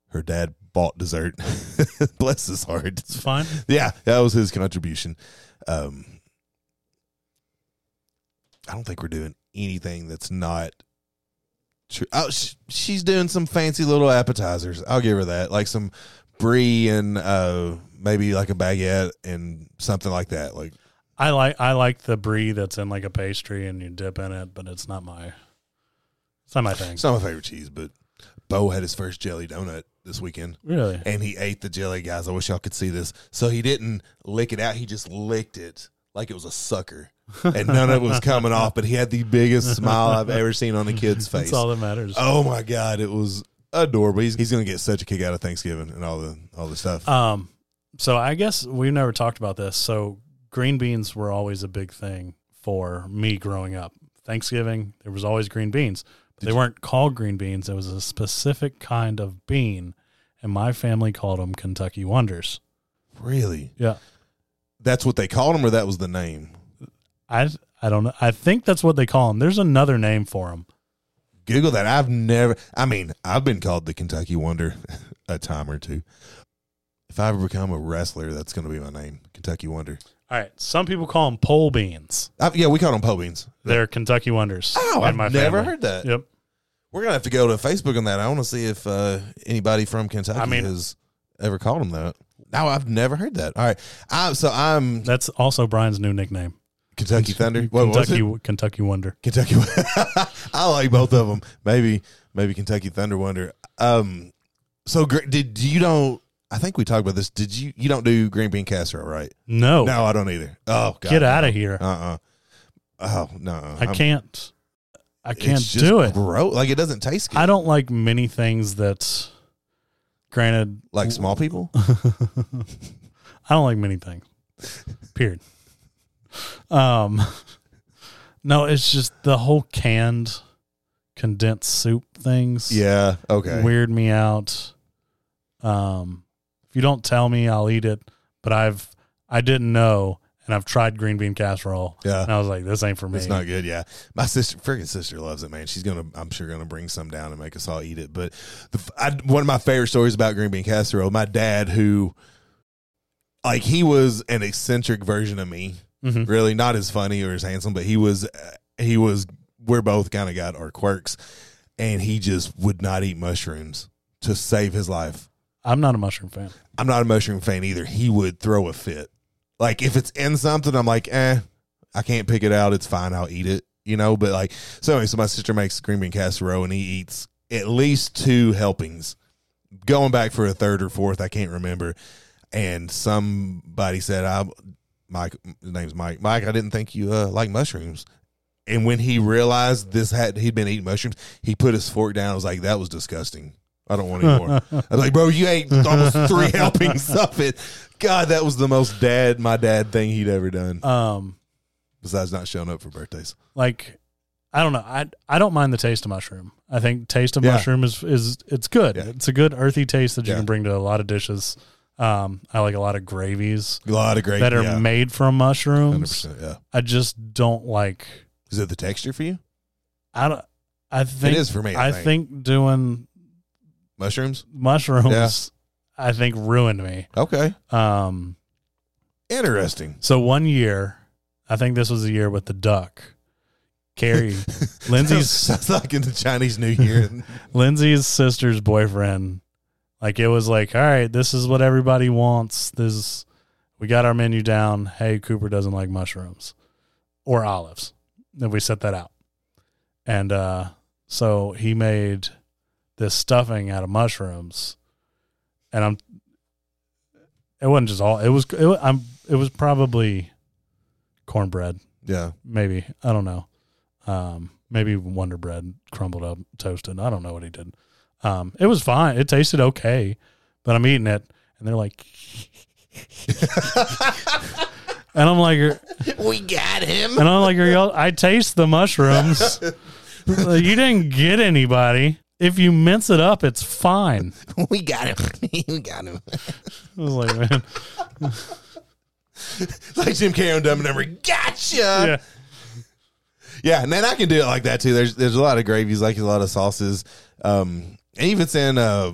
A: Her dad bought dessert. Bless his heart.
B: It's fine.
A: Yeah, that was his contribution. Um, I don't think we're doing anything that's not true. Oh, sh- she's doing some fancy little appetizers. I'll give her that, like some brie and uh, maybe like a baguette and something like that. Like,
B: I like I like the brie that's in like a pastry and you dip in it, but it's not my, it's not my thing.
A: it's not my favorite cheese, but Bo had his first jelly donut this weekend.
B: really,
A: and he ate the jelly, guys. I wish y'all could see this. So he didn't lick it out; he just licked it like it was a sucker, and none of it was coming off. But he had the biggest smile I've ever seen on a kid's face.
B: that's all that matters.
A: Oh my god, it was adorable. He's, he's gonna get such a kick out of Thanksgiving and all the all the stuff.
B: Um, so I guess we've never talked about this. So green beans were always a big thing for me growing up. Thanksgiving, there was always green beans. But they weren't called green beans. It was a specific kind of bean, and my family called them Kentucky Wonders.
A: really,
B: Yeah,
A: that's what they called him, or that was the name.
B: I I don't know. I think that's what they call them. There's another name for them.
A: Google that. I've never. I mean, I've been called the Kentucky Wonder a time or two. If I ever become a wrestler, that's going to be my name, Kentucky Wonder.
B: All right, some people call them pole beans.
A: I, yeah, we call them po beans.
B: They're Kentucky Wonders.
A: Oh,
B: in
A: I've
B: my
A: never
B: family.
A: heard that.
B: Yep.
A: We're gonna have to go to Facebook on that. I want to see if uh, anybody from Kentucky
B: I mean-
A: has ever called them that. No, I've never heard that. All right, I, so I'm
B: That's also Brian's new nickname.
A: Kentucky Thunder. What was
B: Kentucky
A: it?
B: Kentucky Wonder.
A: Kentucky. I like both of them. Maybe maybe Kentucky Thunder Wonder. Um, so gr- did you don't? I think we talked about this. Did you? You don't do green bean casserole, right?
B: No,
A: No, I don't either. Oh, God,
B: get out of here.
A: Uh uh Oh no, uh-uh.
B: I
A: I'm-
B: can't. I
A: it's
B: can't
A: just
B: do it.
A: Gross. Like it doesn't taste good.
B: I don't like many things that. Granted,
A: like small people.
B: I don't like many things. Period. Um, no, it's just the whole canned condensed soup things.
A: Yeah. Okay.
B: weird me out. Um, if you don't tell me, I'll eat it. But I've I didn't know, and I've tried green bean casserole.
A: Yeah.
B: and I was like, this ain't for me.
A: It's not good, yeah. My sister, freaking sister, loves it, man. She's gonna, I'm sure, gonna bring some down and make us all eat it. But the, f- I, one of my favorite stories about green bean casserole, my dad, who, like, he was an eccentric version of me.
B: Mhm.
A: Really, not as funny or as handsome, but he was, uh, he was. We're both kind of got our quirks, and he just would not eat mushrooms to save his life.
B: I'm not a mushroom fan.
A: I'm not a mushroom fan either. He would throw a fit. Like if it's in something, I'm like, eh, I can't pick it out. It's fine. I'll eat it. You know, but like so anyway, so my sister makes green bean casserole and he eats at least two helpings. Going back for a third or fourth, I can't remember. And somebody said, I Mike his name's Mike. Mike, I didn't think you uh, like mushrooms. And when he realized this had he'd been eating mushrooms, he put his fork down. I was like, that was disgusting. I don't want any more. I was like, bro, you ate almost three helpings of it. God, that was the most dad, my dad thing he'd ever done.
B: Um,
A: Besides not showing up for birthdays.
B: like I don't know. I I don't mind the taste of mushroom. I think taste of
A: Yeah.
B: mushroom is is it's good.
A: Yeah.
B: It's a good earthy taste that you
A: Yeah.
B: can bring to a lot of dishes. Um, I like a lot of gravies
A: A lot of great.
B: that are
A: yeah,
B: made from mushrooms.
A: 100%, yeah.
B: I just don't like.
A: Is it the texture for you?
B: I don't. I think
A: it is for me. I,
B: I think doing
A: mushrooms.
B: mushrooms. I think ruined me.
A: Okay,
B: Um,
A: interesting.
B: So one year, I think this was the year with the duck. Carrie, Lindsay's
A: sounds like in the Chinese New Year.
B: Lindsay's sister's boyfriend. Like it was like, all right, this is what everybody wants. This we got our menu down. Hey, Cooper doesn't like mushrooms or olives. Then we set that out, and uh, so he made this stuffing out of mushrooms, and I'm. It wasn't just all. It was. It, wa- I'm. It was probably cornbread
A: yeah,
B: maybe I don't know. Um, maybe Wonder Bread crumbled up, toasted. I don't know what he did. Um, it was fine. It tasted okay, but I'm eating it, and they're like, and I'm like, we got him. And I'm like, are y'all? I taste the mushrooms. Like, you didn't get anybody. If you mince it up, it's fine.
A: we got him. we got him.
B: I was like, man,
A: like Jim Carrey on Dumb and Dumber. Gotcha.
B: yeah,
A: Yeah, and then I can do it like that too. There's there's a lot of gravies, like a lot of sauces, um, and even saying uh,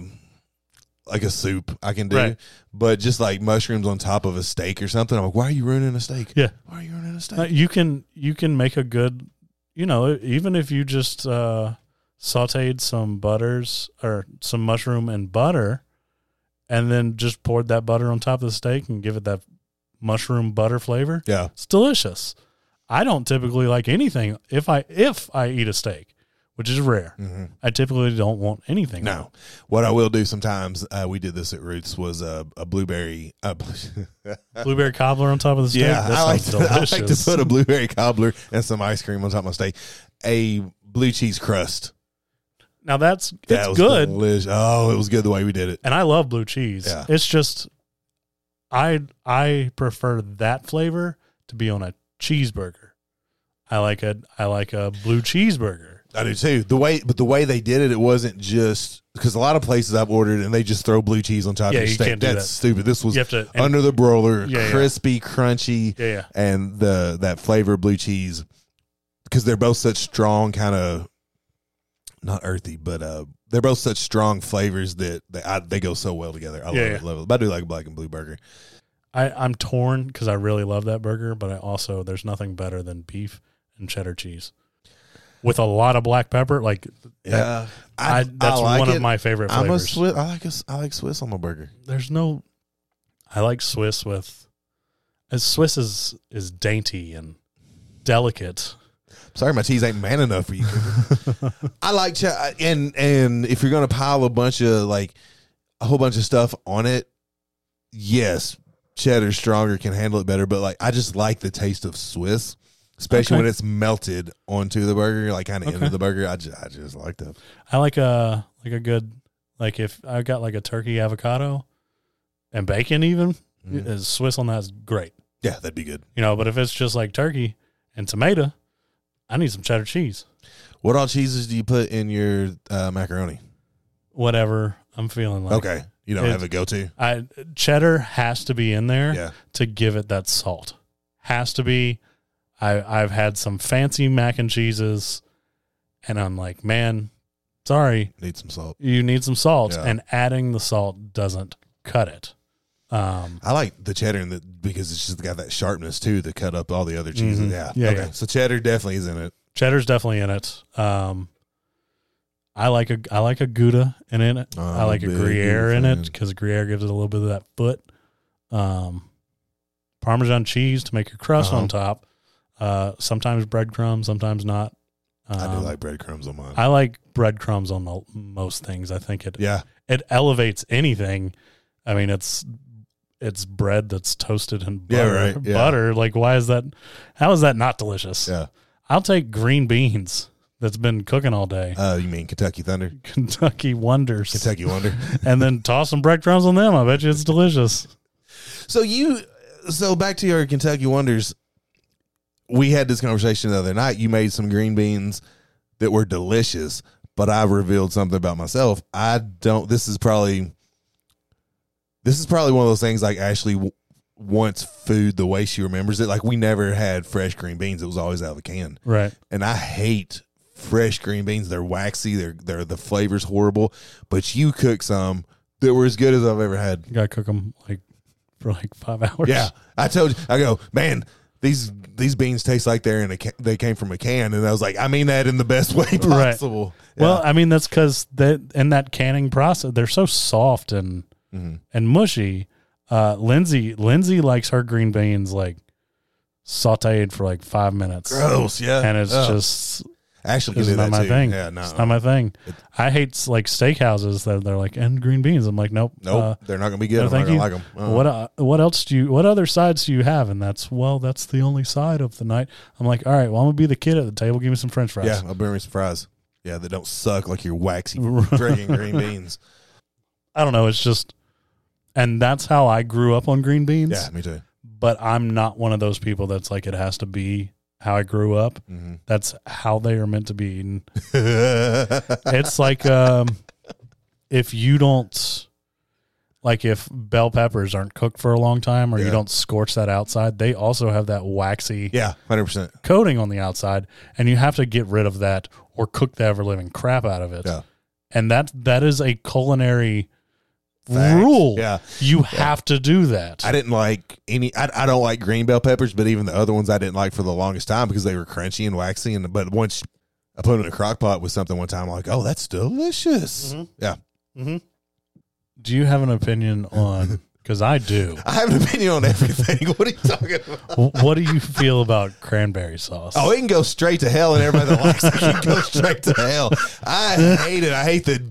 A: like a soup I can do,
B: Right.
A: but just like mushrooms on top of a steak or something. I'm like, why are you ruining a steak?
B: yeah.
A: Why are you ruining a steak?
B: Uh, you can you can make a good you know even if you just uh sauteed some butters or some mushroom and butter and then just poured that butter on top of the steak and give it that mushroom butter flavor
A: yeah,
B: it's delicious i don't typically like anything if i if i eat a steak which is rare i typically don't want anything
A: no. Mm-hmm. What I will do sometimes, uh, we did this at Roots, was a, a blueberry. Uh,
B: blueberry cobbler on top of the steak
A: yeah,
B: that
A: I like,
B: sounds
A: to, I like to
B: delicious
A: put a blueberry cobbler and some ice cream on top of my steak, a blue cheese crust.
B: now that's
A: That
B: it's
A: was
B: good
A: delish- Oh, it was good the way we did it.
B: and I love blue cheese.
A: Yeah.
B: It's just I I prefer that flavor to be on a cheeseburger. I like a I like a blue cheeseburger.
A: I do too. The way, but the way they did it, it wasn't just because a lot of places I've ordered and they just throw blue cheese on top
B: Yeah,
A: of your
B: you
A: steak.
B: can't do
A: That's
B: that.
A: stupid. This was
B: You have to- and-
A: under the broiler,
B: Yeah, yeah.
A: crispy, crunchy,
B: Yeah, yeah.
A: and the that flavor of blue cheese because they're both such strong kind of not earthy, but uh, they're both such strong flavors that they I, they go so well together. I
B: Yeah,
A: love
B: yeah.
A: it. Love it. But I do like a black and blue burger.
B: I I'm torn because I really love that burger, but I also there's nothing better than beef and cheddar cheese with a lot of black pepper. Like
A: Yeah,
B: I, that's
A: I like
B: one
A: it.
B: of my favorite
A: I'm a
B: flavors.
A: Swiss. I like a, I like Swiss on my burger.
B: there's no I like Swiss with as Swiss is is dainty and delicate.
A: Sorry, my cheese ain't man enough for you. I like ch- uh, and and if you're gonna pile a bunch of like a whole bunch of stuff on it, yes, cheddar stronger can handle it better. But like, I just like the taste of Swiss, especially
B: Okay.
A: when it's melted onto the burger, like kind of into the burger. I just, I just like that.
B: I like a like a good like if I got like a turkey avocado and bacon even
A: Mhm.
B: is Swiss on that is great.
A: Yeah, that'd be good.
B: You know, but if it's just like turkey and tomato, I need some cheddar cheese.
A: What all cheeses do you put in your uh, macaroni?
B: Whatever I'm feeling like.
A: Okay, you don't
B: It-
A: have a go-to.
B: I cheddar has to be in there
A: Yeah.
B: to give it that salt. Has to be. I I've had some fancy mac and cheeses and I'm like, man, sorry,
A: Need some salt.
B: you need some salt
A: Yeah.
B: and adding the salt doesn't cut it um
A: I like the cheddar in the, because it's just got that sharpness too to cut up all the other cheeses.
B: Mhm.
A: Yeah.
B: Yeah,
A: okay.
B: yeah.
A: So cheddar definitely is in it.
B: cheddar's definitely in it um i like a i like a gouda in it
A: I'm
B: i like a
A: big
B: gruyere in it
A: fan.
B: because gruyere gives it a little bit of that foot um parmesan cheese to make your crust
A: Uh-huh.
B: on top uh sometimes breadcrumbs sometimes not um,
A: I do like breadcrumbs on mine.
B: I like breadcrumbs on the, most things. I think it
A: yeah.
B: it elevates anything. I mean, it's it's bread that's toasted in
A: Yeah,
B: butter.
A: right, yeah.
B: Butter, like why is that? How is that not delicious?
A: Yeah.
B: I'll take green beans that's been cooking all day.
A: Uh, you mean Kentucky Thunder?
B: Kentucky Wonders,
A: Kentucky Wonder.
B: and then toss some breadcrumbs on them. I bet you it's delicious.
A: so you, so back to your Kentucky Wonders. We had this conversation the other night. You made some green beans that were delicious, but I revealed something about myself. I don't. This is probably This is probably one of those things like Ashley w- wants food the way she remembers it. Like we never had fresh green beans; it was always out of a can.
B: Right.
A: And I hate fresh green beans. They're waxy. They're they're the flavors horrible. But you cook some that were as good as I've ever had.
B: You got to cook them like for like five hours.
A: Yeah, I told you. I go, man. These these beans taste like they're in a ca- they came from a can, and I was like, I mean that in the best way possible.
B: Well, I mean that's because that in that canning process, they're so soft and
A: Yeah. Mhm.
B: and mushy. Uh, Lindsay Lindsay likes her green beans like sautéed for like five minutes,
A: gross. Yeah,
B: and it's
A: Ugh.
B: just
A: Ashley can
B: it's
A: oh. do
B: not
A: that
B: my
A: too.
B: thing.
A: Yeah, no,
B: it's not my thing.
A: It-
B: I hate like steakhouses that they're like and green beans. I'm like, nope,
A: nope,
B: uh,
A: they're not gonna be good.
B: no,
A: I'm not
B: thank
A: gonna
B: you.
A: like Uh-uh. them.
B: What uh, what else do you what other sides do you have? And that's well, that's the only side of the night. I'm like, all right, well, I'm gonna be the kid at the table. Give me some French fries.
A: Yeah, I'll bring me some fries. Yeah, that don't suck like your waxy friggin' green beans.
B: I don't know. It's just, and that's how I grew up on green beans.
A: Yeah, me too.
B: But I'm not one of those people that's like it has to be how I grew up.
A: hmm
B: That's how they are meant to be eaten. It's like um, if you don't, like if bell peppers aren't cooked for a long time, or you
A: Yeah.
B: don't scorch that outside, they also have that waxy
A: yeah, hundred percent.
B: coating on the outside, and you have to get rid of that or cook the ever living crap out of it.
A: Yeah.
B: And that that is a culinary
A: Fact.
B: rule.
A: Yeah,
B: You have to do that.
A: I didn't like any. I, I don't like green bell peppers, but even the other ones I didn't like for the longest time because they were crunchy and waxy. And but once I put them in a crock pot with something one time, I'm like, oh, that's delicious. Yeah,
B: do you have an opinion on? Because I do.
A: I have an opinion on everything. what are you talking about?
B: W- what do you feel about cranberry sauce?
A: Oh, it can go straight to hell, and everybody that likes it can go straight to hell. I hate it. I hate the.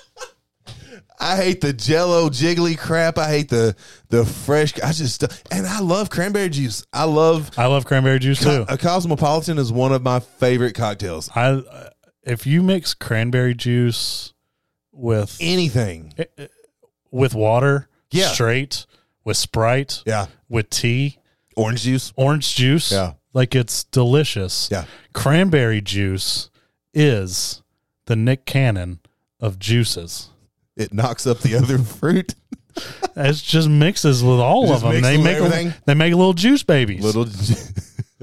A: I hate the Jello jiggly crap. I hate the the fresh. I just and I love cranberry juice. I love
B: I love cranberry juice
A: co-
B: too.
A: a cosmopolitan is one of my favorite cocktails.
B: I uh, if you mix cranberry juice with
A: Anything,
B: with water,
A: Yeah.
B: straight with Sprite,
A: yeah.
B: with tea,
A: Orange juice,
B: orange juice,
A: Yeah.
B: like it's delicious.
A: yeah.
B: Cranberry juice is the Nick Cannon of juices.
A: It knocks up the other fruit.
B: It just mixes with all
A: Just
B: of
A: mixes
B: them. They
A: with
B: make
A: everything?
B: they make little juice babies.
A: little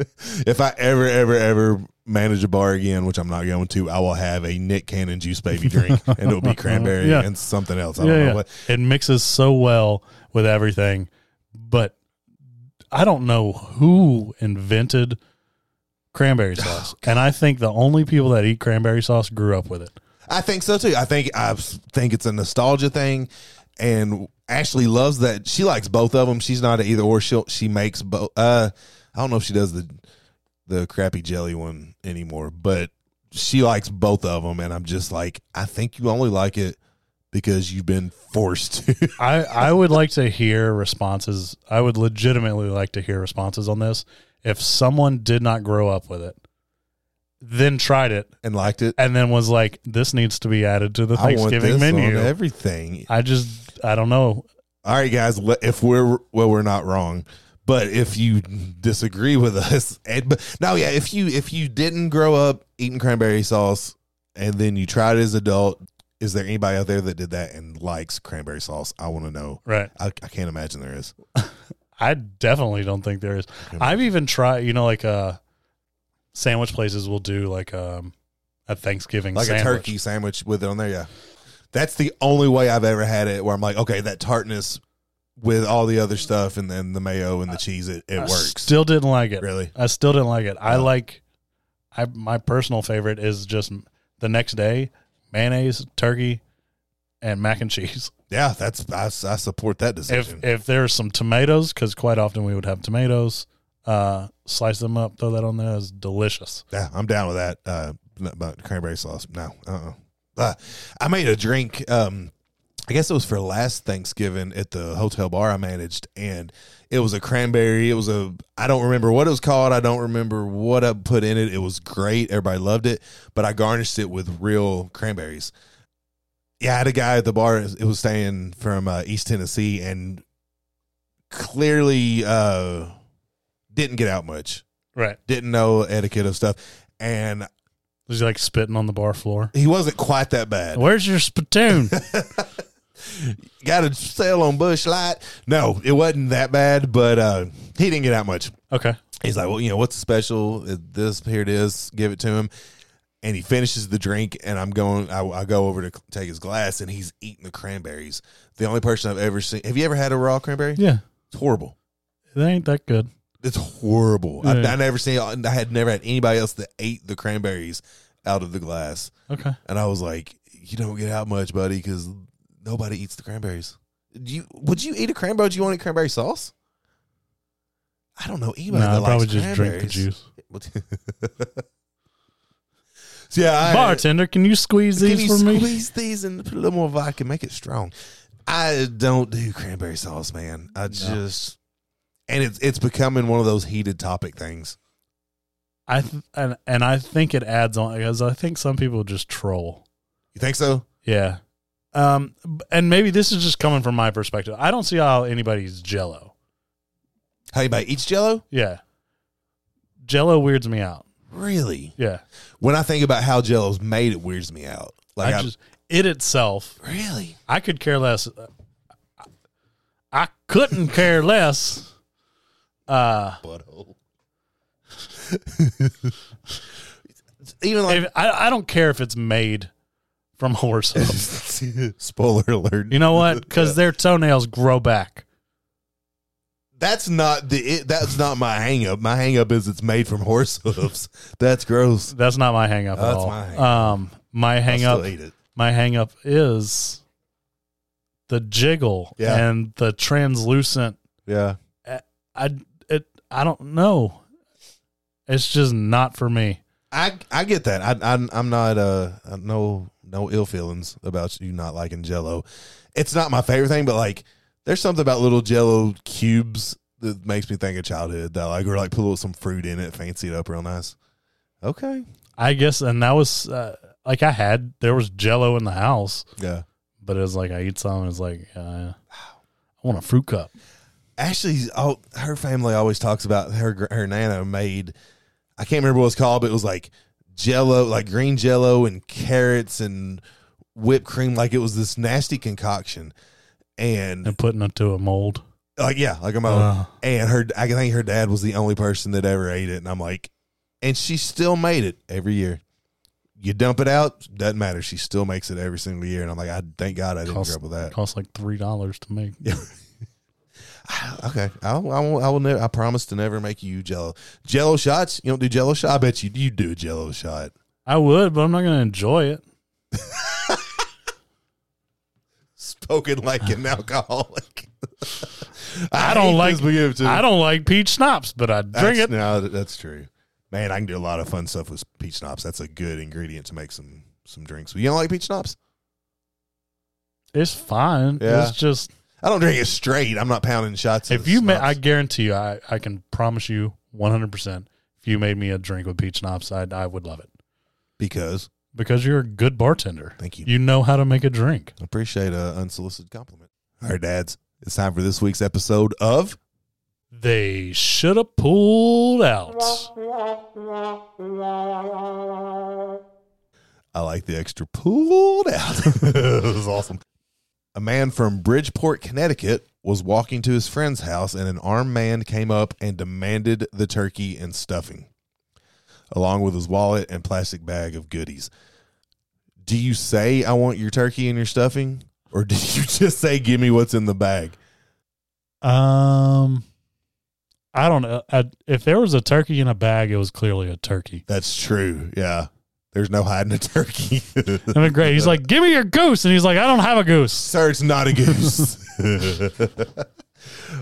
A: if i ever ever ever manage a bar again which i'm not going to i will have a nick cannon juice baby drink and it'll be cranberry
B: Yeah.
A: and something else i
B: yeah,
A: don't know
B: yeah.
A: what
B: it mixes so well with everything. But I don't know who invented
A: Oh,
B: cranberry sauce, and I think the only people that eat cranberry sauce grew up with it.
A: i think so too i think i s- think it's a nostalgia thing and ashley loves that she likes both of them she's not an either or she will she makes both uh i don't know if she does the the crappy jelly one anymore but she likes both of them and i'm just like i think you only like it because you've been forced to
B: I, I would like to hear responses. I would legitimately like to hear responses on this. If someone did not grow up with it, then tried it,
A: and liked it
B: and then was like, "This needs to be added to the Thanksgiving
A: I want this
B: menu."
A: on everything.
B: I just I don't know.
A: All right, guys. le- If we're well, we're not wrong. But if you disagree with us, and, but no, yeah, if you if you didn't grow up eating cranberry sauce and then you tried it as an adult, is there anybody out there that did that and likes cranberry sauce? I want to know.
B: Right.
A: I, I can't imagine there is.
B: I definitely don't think there is. I've even tried, you know, like uh sandwich places will do like um a Thanksgiving
A: like
B: sandwich.
A: a turkey sandwich with it on there. Yeah, that's the only way I've ever had it where I'm like, okay, that tartness with all the other stuff and then the mayo and the cheese, it, it
B: I
A: works.
B: Still didn't like it.
A: Really?
B: I still didn't like it. I
A: No.
B: like I my personal favorite is just the next day mayonnaise, turkey, and mac and cheese.
A: Yeah, that's I, I support that decision.
B: If if there's some tomatoes, because quite often we would have tomatoes, uh, slice them up, throw that on there. It's delicious.
A: yeah, I'm down with that. Uh, n- but cranberry sauce, no. Uh-uh. Uh, I made a drink. Um, I guess it was for last Thanksgiving at the hotel bar I managed, and it was a cranberry. It was a I don't remember what it was called. I don't remember what I put in it. It was great. Everybody loved it, but I garnished it with real cranberries. Yeah, I had a guy at the bar. It was staying from uh, East Tennessee, and clearly uh, didn't get out much
B: Right.
A: didn't know etiquette of stuff, and
B: Was he like spitting on the bar floor?
A: he wasn't quite that bad.
B: Where's your spittoon?
A: Got to sell on Bush Light. No, it wasn't that bad, but uh, he didn't get out much.
B: Okay.
A: He's like, well, you know, what's the special? Uh, This here it is. Give it to him. And he finishes the drink, and I'm going. I, I go over to c- take his glass, and he's eating the cranberries. The only person I've ever seen. Have you ever had a raw cranberry?
B: Yeah.
A: It's horrible.
B: It ain't that good.
A: It's horrible. I,
B: Yeah.
A: I never seen. I had never had anybody else that ate the cranberries out of the glass.
B: Okay.
A: And I was like, "You don't get out much, buddy, because nobody eats the cranberries. Do you would you eat a cranberry? Do you want to eat cranberry sauce? I don't know
B: No,
A: anybody that
B: I probably
A: likes
B: just drink the
A: cranberries.
B: juice.
A: so yeah, I,
B: Bartender, can you squeeze
A: can
B: these
A: you
B: for me?
A: squeeze these and put a little more vodka, make it strong. I don't do cranberry sauce, man. I just and it's it's becoming one of those heated topic things.
B: I th- and and I think it adds on because I think some people just troll.
A: You think so?
B: Yeah. Um, b- and maybe this is just coming from my perspective. I don't see how anybody's Jello.
A: How anybody eats Jello?
B: Yeah. Jello weirds me out.
A: Really?
B: Yeah.
A: When I think about how Jello's made, it weirds me out. Like
B: I
A: I
B: just it itself.
A: really.
B: I could care less. I- I couldn't care less. Uh,
A: butthole. Even like
B: if, I I don't care if it's made from horse hooves.
A: spoiler alert.
B: You know what? Because their toenails grow back.
A: that's not the it, that's not my hang up. My hang up is it's made from horse hooves. That's gross.
B: That's not my hang up
A: Oh,
B: at
A: that's
B: all.
A: my hang up.
B: um, my hang
A: I'll
B: up,
A: still eat it.
B: my hang up is the jiggle
A: Yeah.
B: and the translucent.
A: Yeah.
B: I it I don't know. It's just not for me.
A: I I get that. I, I I'm not uh no no ill feelings about you not liking Jello. It's not my favorite thing, but like there's something about little Jello cubes that makes me think of childhood. That like or like put a little- some fruit in it, fancy it up real nice. Okay.
B: I guess, and that was uh, like I had there was Jello in the house,
A: Yeah.
B: but it was like I eat some, and it's like uh, I want a fruit cup.
A: Actually, oh, her family always talks about her gr- her nana made. I can't remember what it's called, but it was like Jello, like green Jello and carrots and whipped cream. Like it was this nasty concoction, and
B: and putting it to a mold.
A: like yeah, like I'm
B: Uh.
A: and her. I think her dad was the only person that ever ate it, and I'm like, and she still made it every year. You dump it out, doesn't matter. She still makes it every single year, and I'm like, I thank God I didn't
B: Cost-
A: grow up with that.
B: Costs like three dollars to make.
A: Okay, I'll, I will. I will. Never, I promise to never make you Jello. Jello shots. You don't do Jello shot. I bet you you do a Jello shot.
B: I would, but I'm not going to enjoy it.
A: Spoken like an alcoholic.
B: I don't
A: hate
B: like-
A: this We give to
B: I don't like peach schnapps, but I drink
A: That's-
B: it.
A: No, that- that's true. Man, I can do a lot of fun stuff with peach schnapps. That's a good ingredient to make some some drinks. You don't like peach schnapps?
B: It's fine.
A: Yeah.
B: It's just
A: I don't drink it straight. I'm not pounding shots. of
B: if you made, I
A: schnapps.
B: guarantee you, I, I can promise you 100. percent If you made me a drink with peach schnapps, I I would love it
A: because
B: because you're a good bartender.
A: Thank you.
B: You know how to make a drink.
A: appreciate a unsolicited compliment. All right, dads, it's time for this week's episode of.
B: They should have pulled out.
A: I like the extra pulled out. it was awesome. A man from Bridgeport, Connecticut was walking to his friend's house and an armed man came up and demanded the turkey and stuffing, along with his wallet and plastic bag of goodies. Do you say, I want your turkey and your stuffing? Or did you just say, give me what's in the bag?
B: Um, I don't know. I, if there was a turkey in a bag, it was clearly a turkey.
A: That's true. Yeah. There's no hiding a turkey.
B: I mean, great. He's like, "Give me your goose," and he's like, "I don't have a goose."
A: Sir, it's not a goose.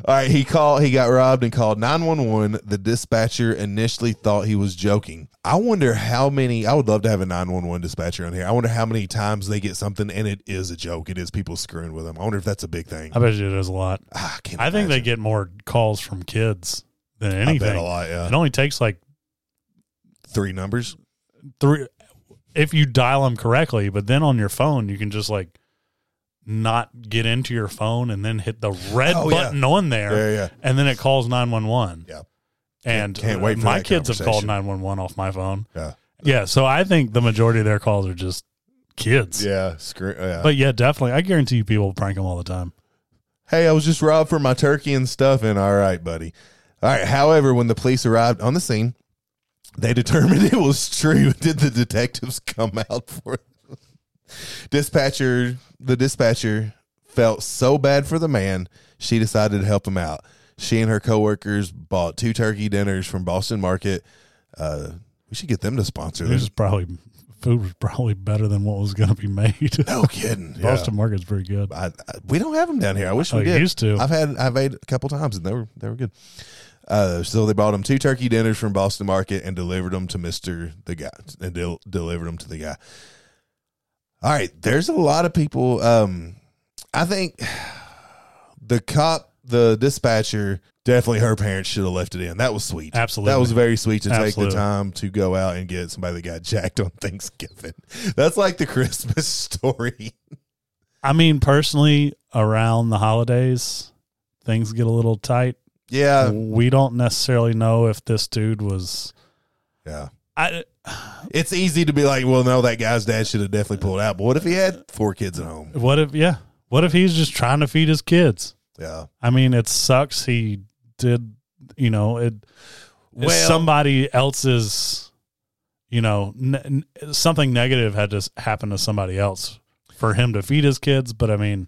A: All right, he called. He got robbed and called nine one one. The dispatcher initially thought he was joking. I wonder how many. I would love to have a nine one one dispatcher on here. I wonder how many times they get something and it is a joke. It is people screwing with them. I wonder if that's a big thing.
B: I bet you it is a lot.
A: Ah, can't
B: I think they
A: imagine.
B: get more calls from kids than
A: I bet
B: anything.
A: a lot. Yeah,
B: It only takes like
A: three numbers.
B: three if you dial them correctly, but then on your phone you can just like not get into your phone and then hit the red
A: Oh, yeah.
B: button on there,
A: Yeah, yeah.
B: and then it calls nine one one.
A: Yeah.
B: and
A: Can't- can't wait for
B: my
A: that
B: kids have called
A: conversation.
B: nine one one off my phone.
A: Yeah.
B: Yeah, so I think the majority of their calls are just kids.
A: Yeah, screw. Yeah.
B: But yeah, definitely. I guarantee you people prank them all the time.
A: hey, I was just robbed for my turkey and stuff. And all right, buddy. All right. However, when the police arrived on the scene, they determined it was true. Did the detectives come out for it? Dispatcher, the dispatcher felt so bad for the man, she decided to help him out. She and her coworkers bought two turkey dinners from Boston Market. Uh, we should get them to sponsor
B: This
A: this.
B: is probably food was probably better than what was going to be made.
A: No kidding. Yeah.
B: Boston Market's pretty good.
A: I, I, we don't have them down here. I wish
B: Oh,
A: we
B: you
A: did.
B: used to.
A: I've had I've ate a couple times and they were they were good. Uh, so they bought him two turkey dinners from Boston Market and delivered them to Mister the guy and del- delivered them to the guy. All right, there's a lot of people. Um, I think the cop, the dispatcher, definitely her parents should have left it in. That was sweet.
B: Absolutely.
A: that was very sweet to take
B: Absolutely.
A: the time to go out and get somebody that got jacked on Thanksgiving. That's like the Christmas story.
B: I mean, personally, around the holidays, things get a little tight.
A: yeah,
B: we don't necessarily know if this dude was.
A: yeah.
B: I
A: it's easy to be like, well, no, that guy's dad should have definitely pulled out. But what if he had four kids at home?
B: what if yeah? What if he's just trying to feed his kids?
A: Yeah.
B: I mean, it sucks. He did, you know, it. it's
A: Well-
B: somebody else's, you know, n- n- something negative had to s- happen to somebody else for him to feed his kids. But I mean,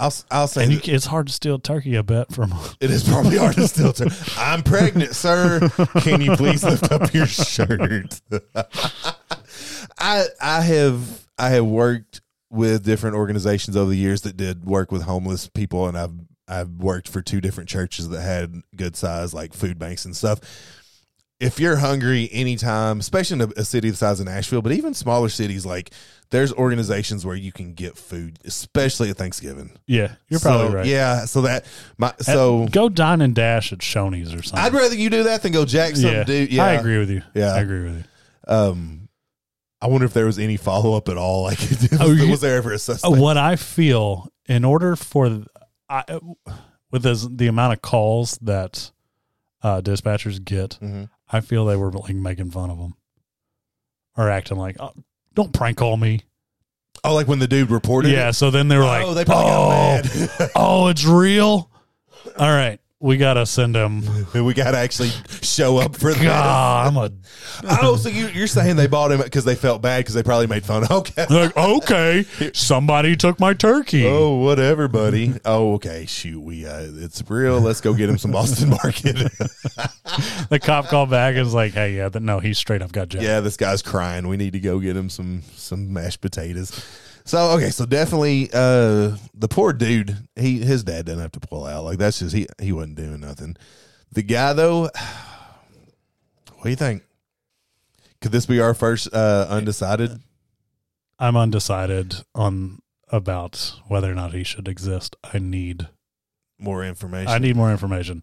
A: I'll, I'll say
B: and you,
A: that
B: ca- it's hard to steal turkey. I bet from
A: it is probably hard to still turn. I'm pregnant, sir. Can you please lift up your shirt? I I have I have worked with different organizations over the years that did work with homeless people, and I've I've worked for two different churches that had good size like food banks and stuff. if you're hungry anytime, especially in a, a city the size of Nashville, but even smaller cities, like there's organizations where you can get food, especially at Thanksgiving.
B: yeah, you're probably
A: So,
B: right.
A: Yeah. So that my
B: At-
A: so
B: go dine and dash at Shoney's or something.
A: I'd rather you do that than go jack some
B: yeah,
A: dude. Yeah.
B: I agree with you.
A: Yeah.
B: I agree with you.
A: Um, I wonder if there was any follow up at all. Like, was,
B: Oh, you-
A: was there ever a
B: Uh,
A: suspect?
B: what I feel in order for th- I, with this, the amount of calls that uh, dispatchers get,
A: Mhm.
B: I feel they were like making fun of them or acting like, oh, "Don't prank call me."
A: Oh, like when the dude reported.
B: Yeah,
A: It?
B: so then they were like,
A: oh, they probably
B: "Oh,
A: got mad.
B: oh, it's real." All right, we gotta send them.
A: we got to actually show up for this.
B: God, I'm a
A: Oh, so you, you're saying they bought him because they felt bad because they probably made fun. Okay.
B: They're like, okay. Somebody took my turkey.
A: Oh, whatever, buddy. oh, okay. Shoot, we uh, it's real. Let's go get him some Boston Market.
B: The cop called back and was like, "Hey, yeah, th- no, he's straight up got jacked."
A: yeah, this guy's crying. We need to go get him some some mashed potatoes. So okay, so definitely uh the poor dude, he his dad doesn't have to pull out. Like that's just he he wasn't doing nothing. The guy though, what do you think? Could this be our first uh undecided?
B: I'm undecided on about whether or not he should exist. I need
A: More information.
B: I need more information.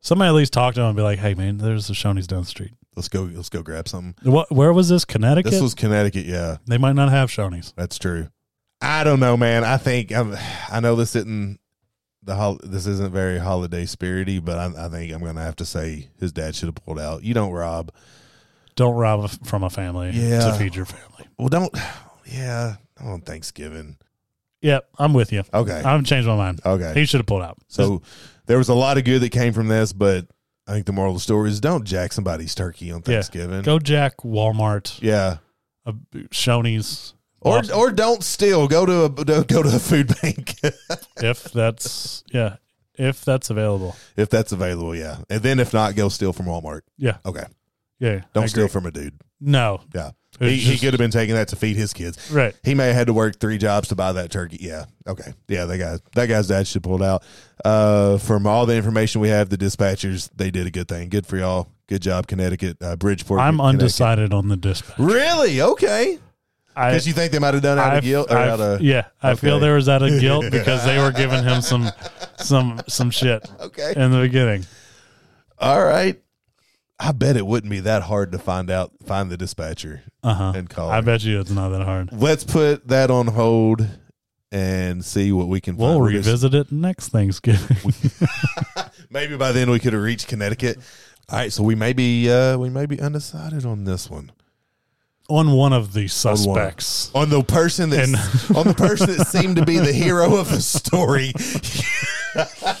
B: Somebody at least talk to him and be like, "Hey, man, there's the Shoney's down the street.
A: let's go let's go grab something.
B: What? Where was this? Connecticut?
A: This was Connecticut, yeah.
B: they might not have Shoney's.
A: That's true. I don't know, man. I think I'm, I know this isn't the hol- this isn't very holiday spirity, but I, I think I'm gonna have to say his dad should have pulled out. You don't rob.
B: Don't rob a- from a family
A: Yeah.
B: to feed your family."
A: Well, don't. Yeah, on Thanksgiving.
B: Yep, I'm with you.
A: Okay.
B: I've changed my mind.
A: Okay.
B: Uh, He should have pulled out.
A: So there was a lot of good that came from this, but I think the moral of the story is don't jack somebody's turkey on
B: Yeah.
A: Thanksgiving.
B: go Jack Walmart,
A: Yeah.
B: uh, Shoney's,
A: Or,
B: Boston.
A: or don't steal. Go to a go to a food bank
B: if that's yeah, if that's available.
A: if that's available. Yeah, and then if not, go steal from Walmart.
B: Yeah,
A: Okay,
B: yeah.
A: don't
B: I
A: steal
B: agree.
A: from a dude.
B: No,
A: Yeah,
B: It's
A: he, he
B: just-
A: could have been taking that to feed his kids.
B: right.
A: He may have had to work three jobs to buy that turkey. Yeah. Okay. Yeah. That guy. That guy's dad should pull it out. Uh, from all the information we have, the dispatchers they did a good thing. Good for y'all. Good job, Connecticut, uh, Bridgeport.
B: I'm
A: Connecticut.
B: undecided on the dispatch.
A: Really? Okay.
B: I,
A: Because you think they might have done it out
B: I-
A: of guilt or
B: I-
A: out of
B: yeah, I feel
A: okay.
B: there was out of guilt because they were giving him some some some shit
A: okay.
B: in the beginning.
A: All right. I bet it wouldn't be that hard to find out find the dispatcher
B: Uh huh.
A: and call.
B: I
A: her.
B: bet you it's not that hard.
A: Let's put that on hold and see what we can.
B: We'll
A: find. We're just-
B: revisit it next Thanksgiving.
A: Maybe by then we could have reached Connecticut. All right, so we may be uh, we may be undecided on this one.
B: on one of the
A: one.
B: suspects.
A: on the person that on the person that seemed to be the hero of the story.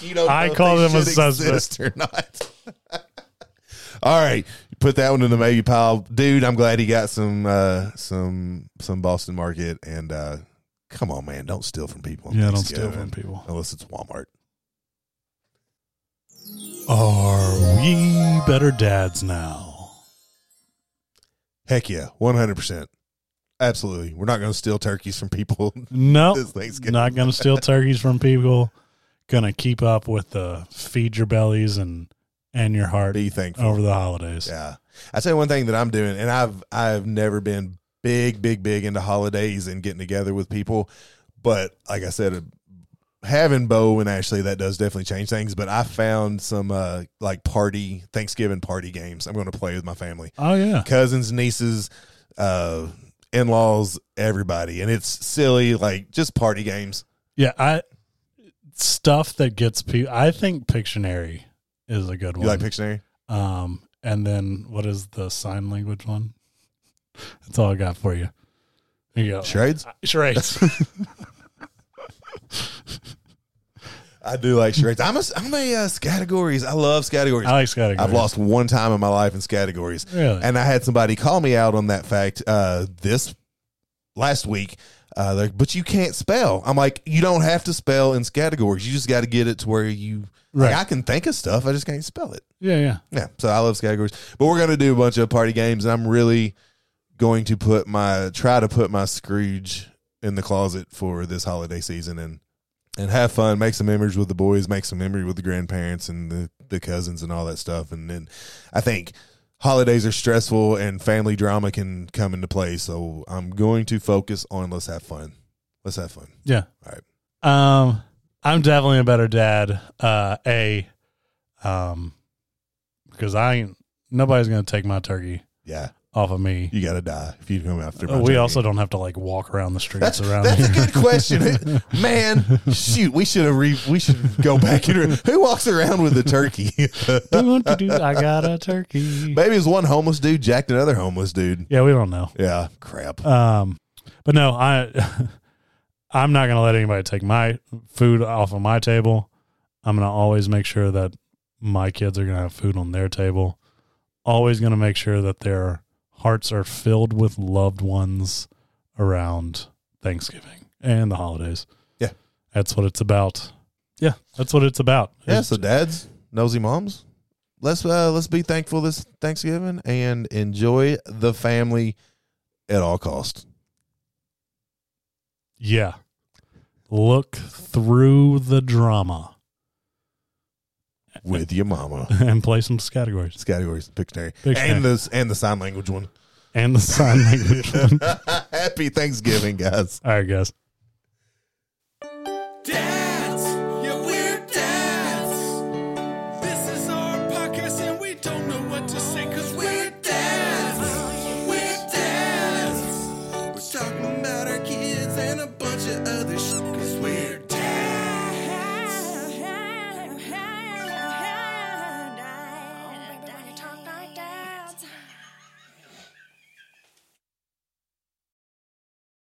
A: you don't
B: I
A: know if
B: call
A: they
B: them a
A: should
B: suspect.
A: exist or not. All right, put that one in the maybe pile, dude. I'm glad he got some uh, some some Boston market. And uh, come on, man, don't steal from people. on
B: Yeah, don't steal
A: Thanksgiving.
B: from people.
A: unless it's Walmart.
B: Are we better dads now?
A: Heck yeah, 100. percent Absolutely, we're not going to steal turkeys from people.
B: No,
A: This Thanksgiving.
B: not going to steal turkeys from people. Going to keep up with the feed your bellies and and your heart
A: Be thankful.
B: over the holidays.
A: Yeah. I say one thing that I'm doing, and I've I've never been big, big, big into holidays and getting together with people, but like I said, having Bo and Ashley that does definitely change things. But I found some uh like party Thanksgiving party games I'm going to play with my family,
B: Oh yeah,
A: cousins, nieces, uh, in laws, everybody, and it's silly like just party games.
B: yeah. I stuff that gets people. I think Pictionary is a good
A: You
B: one.
A: like Pictionary?
B: um, and then what is the sign language one? That's all I got for you. Here you go.
A: Charades?
B: Charades.
A: I do like charades. I'm a I'm a uh, categories. I love categories.
B: I like categories.
A: I've lost one time in my life in categories.
B: Oh, Really?
A: And I had somebody call me out on that fact uh, this last week. Uh, they're like, but you can't spell. I'm like, you don't have to spell in categories. You just got to get it to where you. Like,
B: Right.
A: I can think of stuff. I just can't spell it.
B: yeah, yeah.
A: Yeah. So I love categories. But we're gonna do a bunch of party games. And I'm really going to put my try to put my Scrooge in the closet for this holiday season and and have fun, make some memories with the boys, make some memory with the grandparents and the, the cousins and all that stuff. And then I think holidays are stressful and family drama can come into play. So I'm going to focus on let's have fun. Let's have fun.
B: Yeah.
A: All right.
B: Um, I'm definitely a better dad. Uh, a, um, because I ain't nobody's gonna take my turkey
A: Yeah.
B: off of me.
A: You gotta die if you come after my
B: Uh, we
A: turkey.
B: also don't have to like walk around the streets
A: That's
B: around.
A: that's a
B: here.
A: good question, man. Shoot, we should have re- we should go back and re- who walks around with a turkey?
B: Do-do-do, I got a turkey.
A: Maybe it's one homeless dude jacked another homeless dude.
B: yeah, we don't know.
A: Yeah, crap.
B: Um, but no, I, I'm not gonna let anybody take my food off of my table. I'm gonna always make sure that my kids are gonna have food on their table. Always gonna make sure that their hearts are filled with loved ones around Thanksgiving and the holidays.
A: Yeah.
B: that's what it's about. Yeah, that's what it's about.
A: Yeah,
B: It's-
A: so dads, nosy moms, let's uh, let's be thankful this Thanksgiving and enjoy the family at all costs.
B: yeah. Look through the drama
A: with your mama.
B: and play some categories.
A: It's categories, Pictionary,
B: Pictionary.
A: and the and the sign language one.
B: and the sign language. All
A: Happy Thanksgiving, guys.
B: right, guys.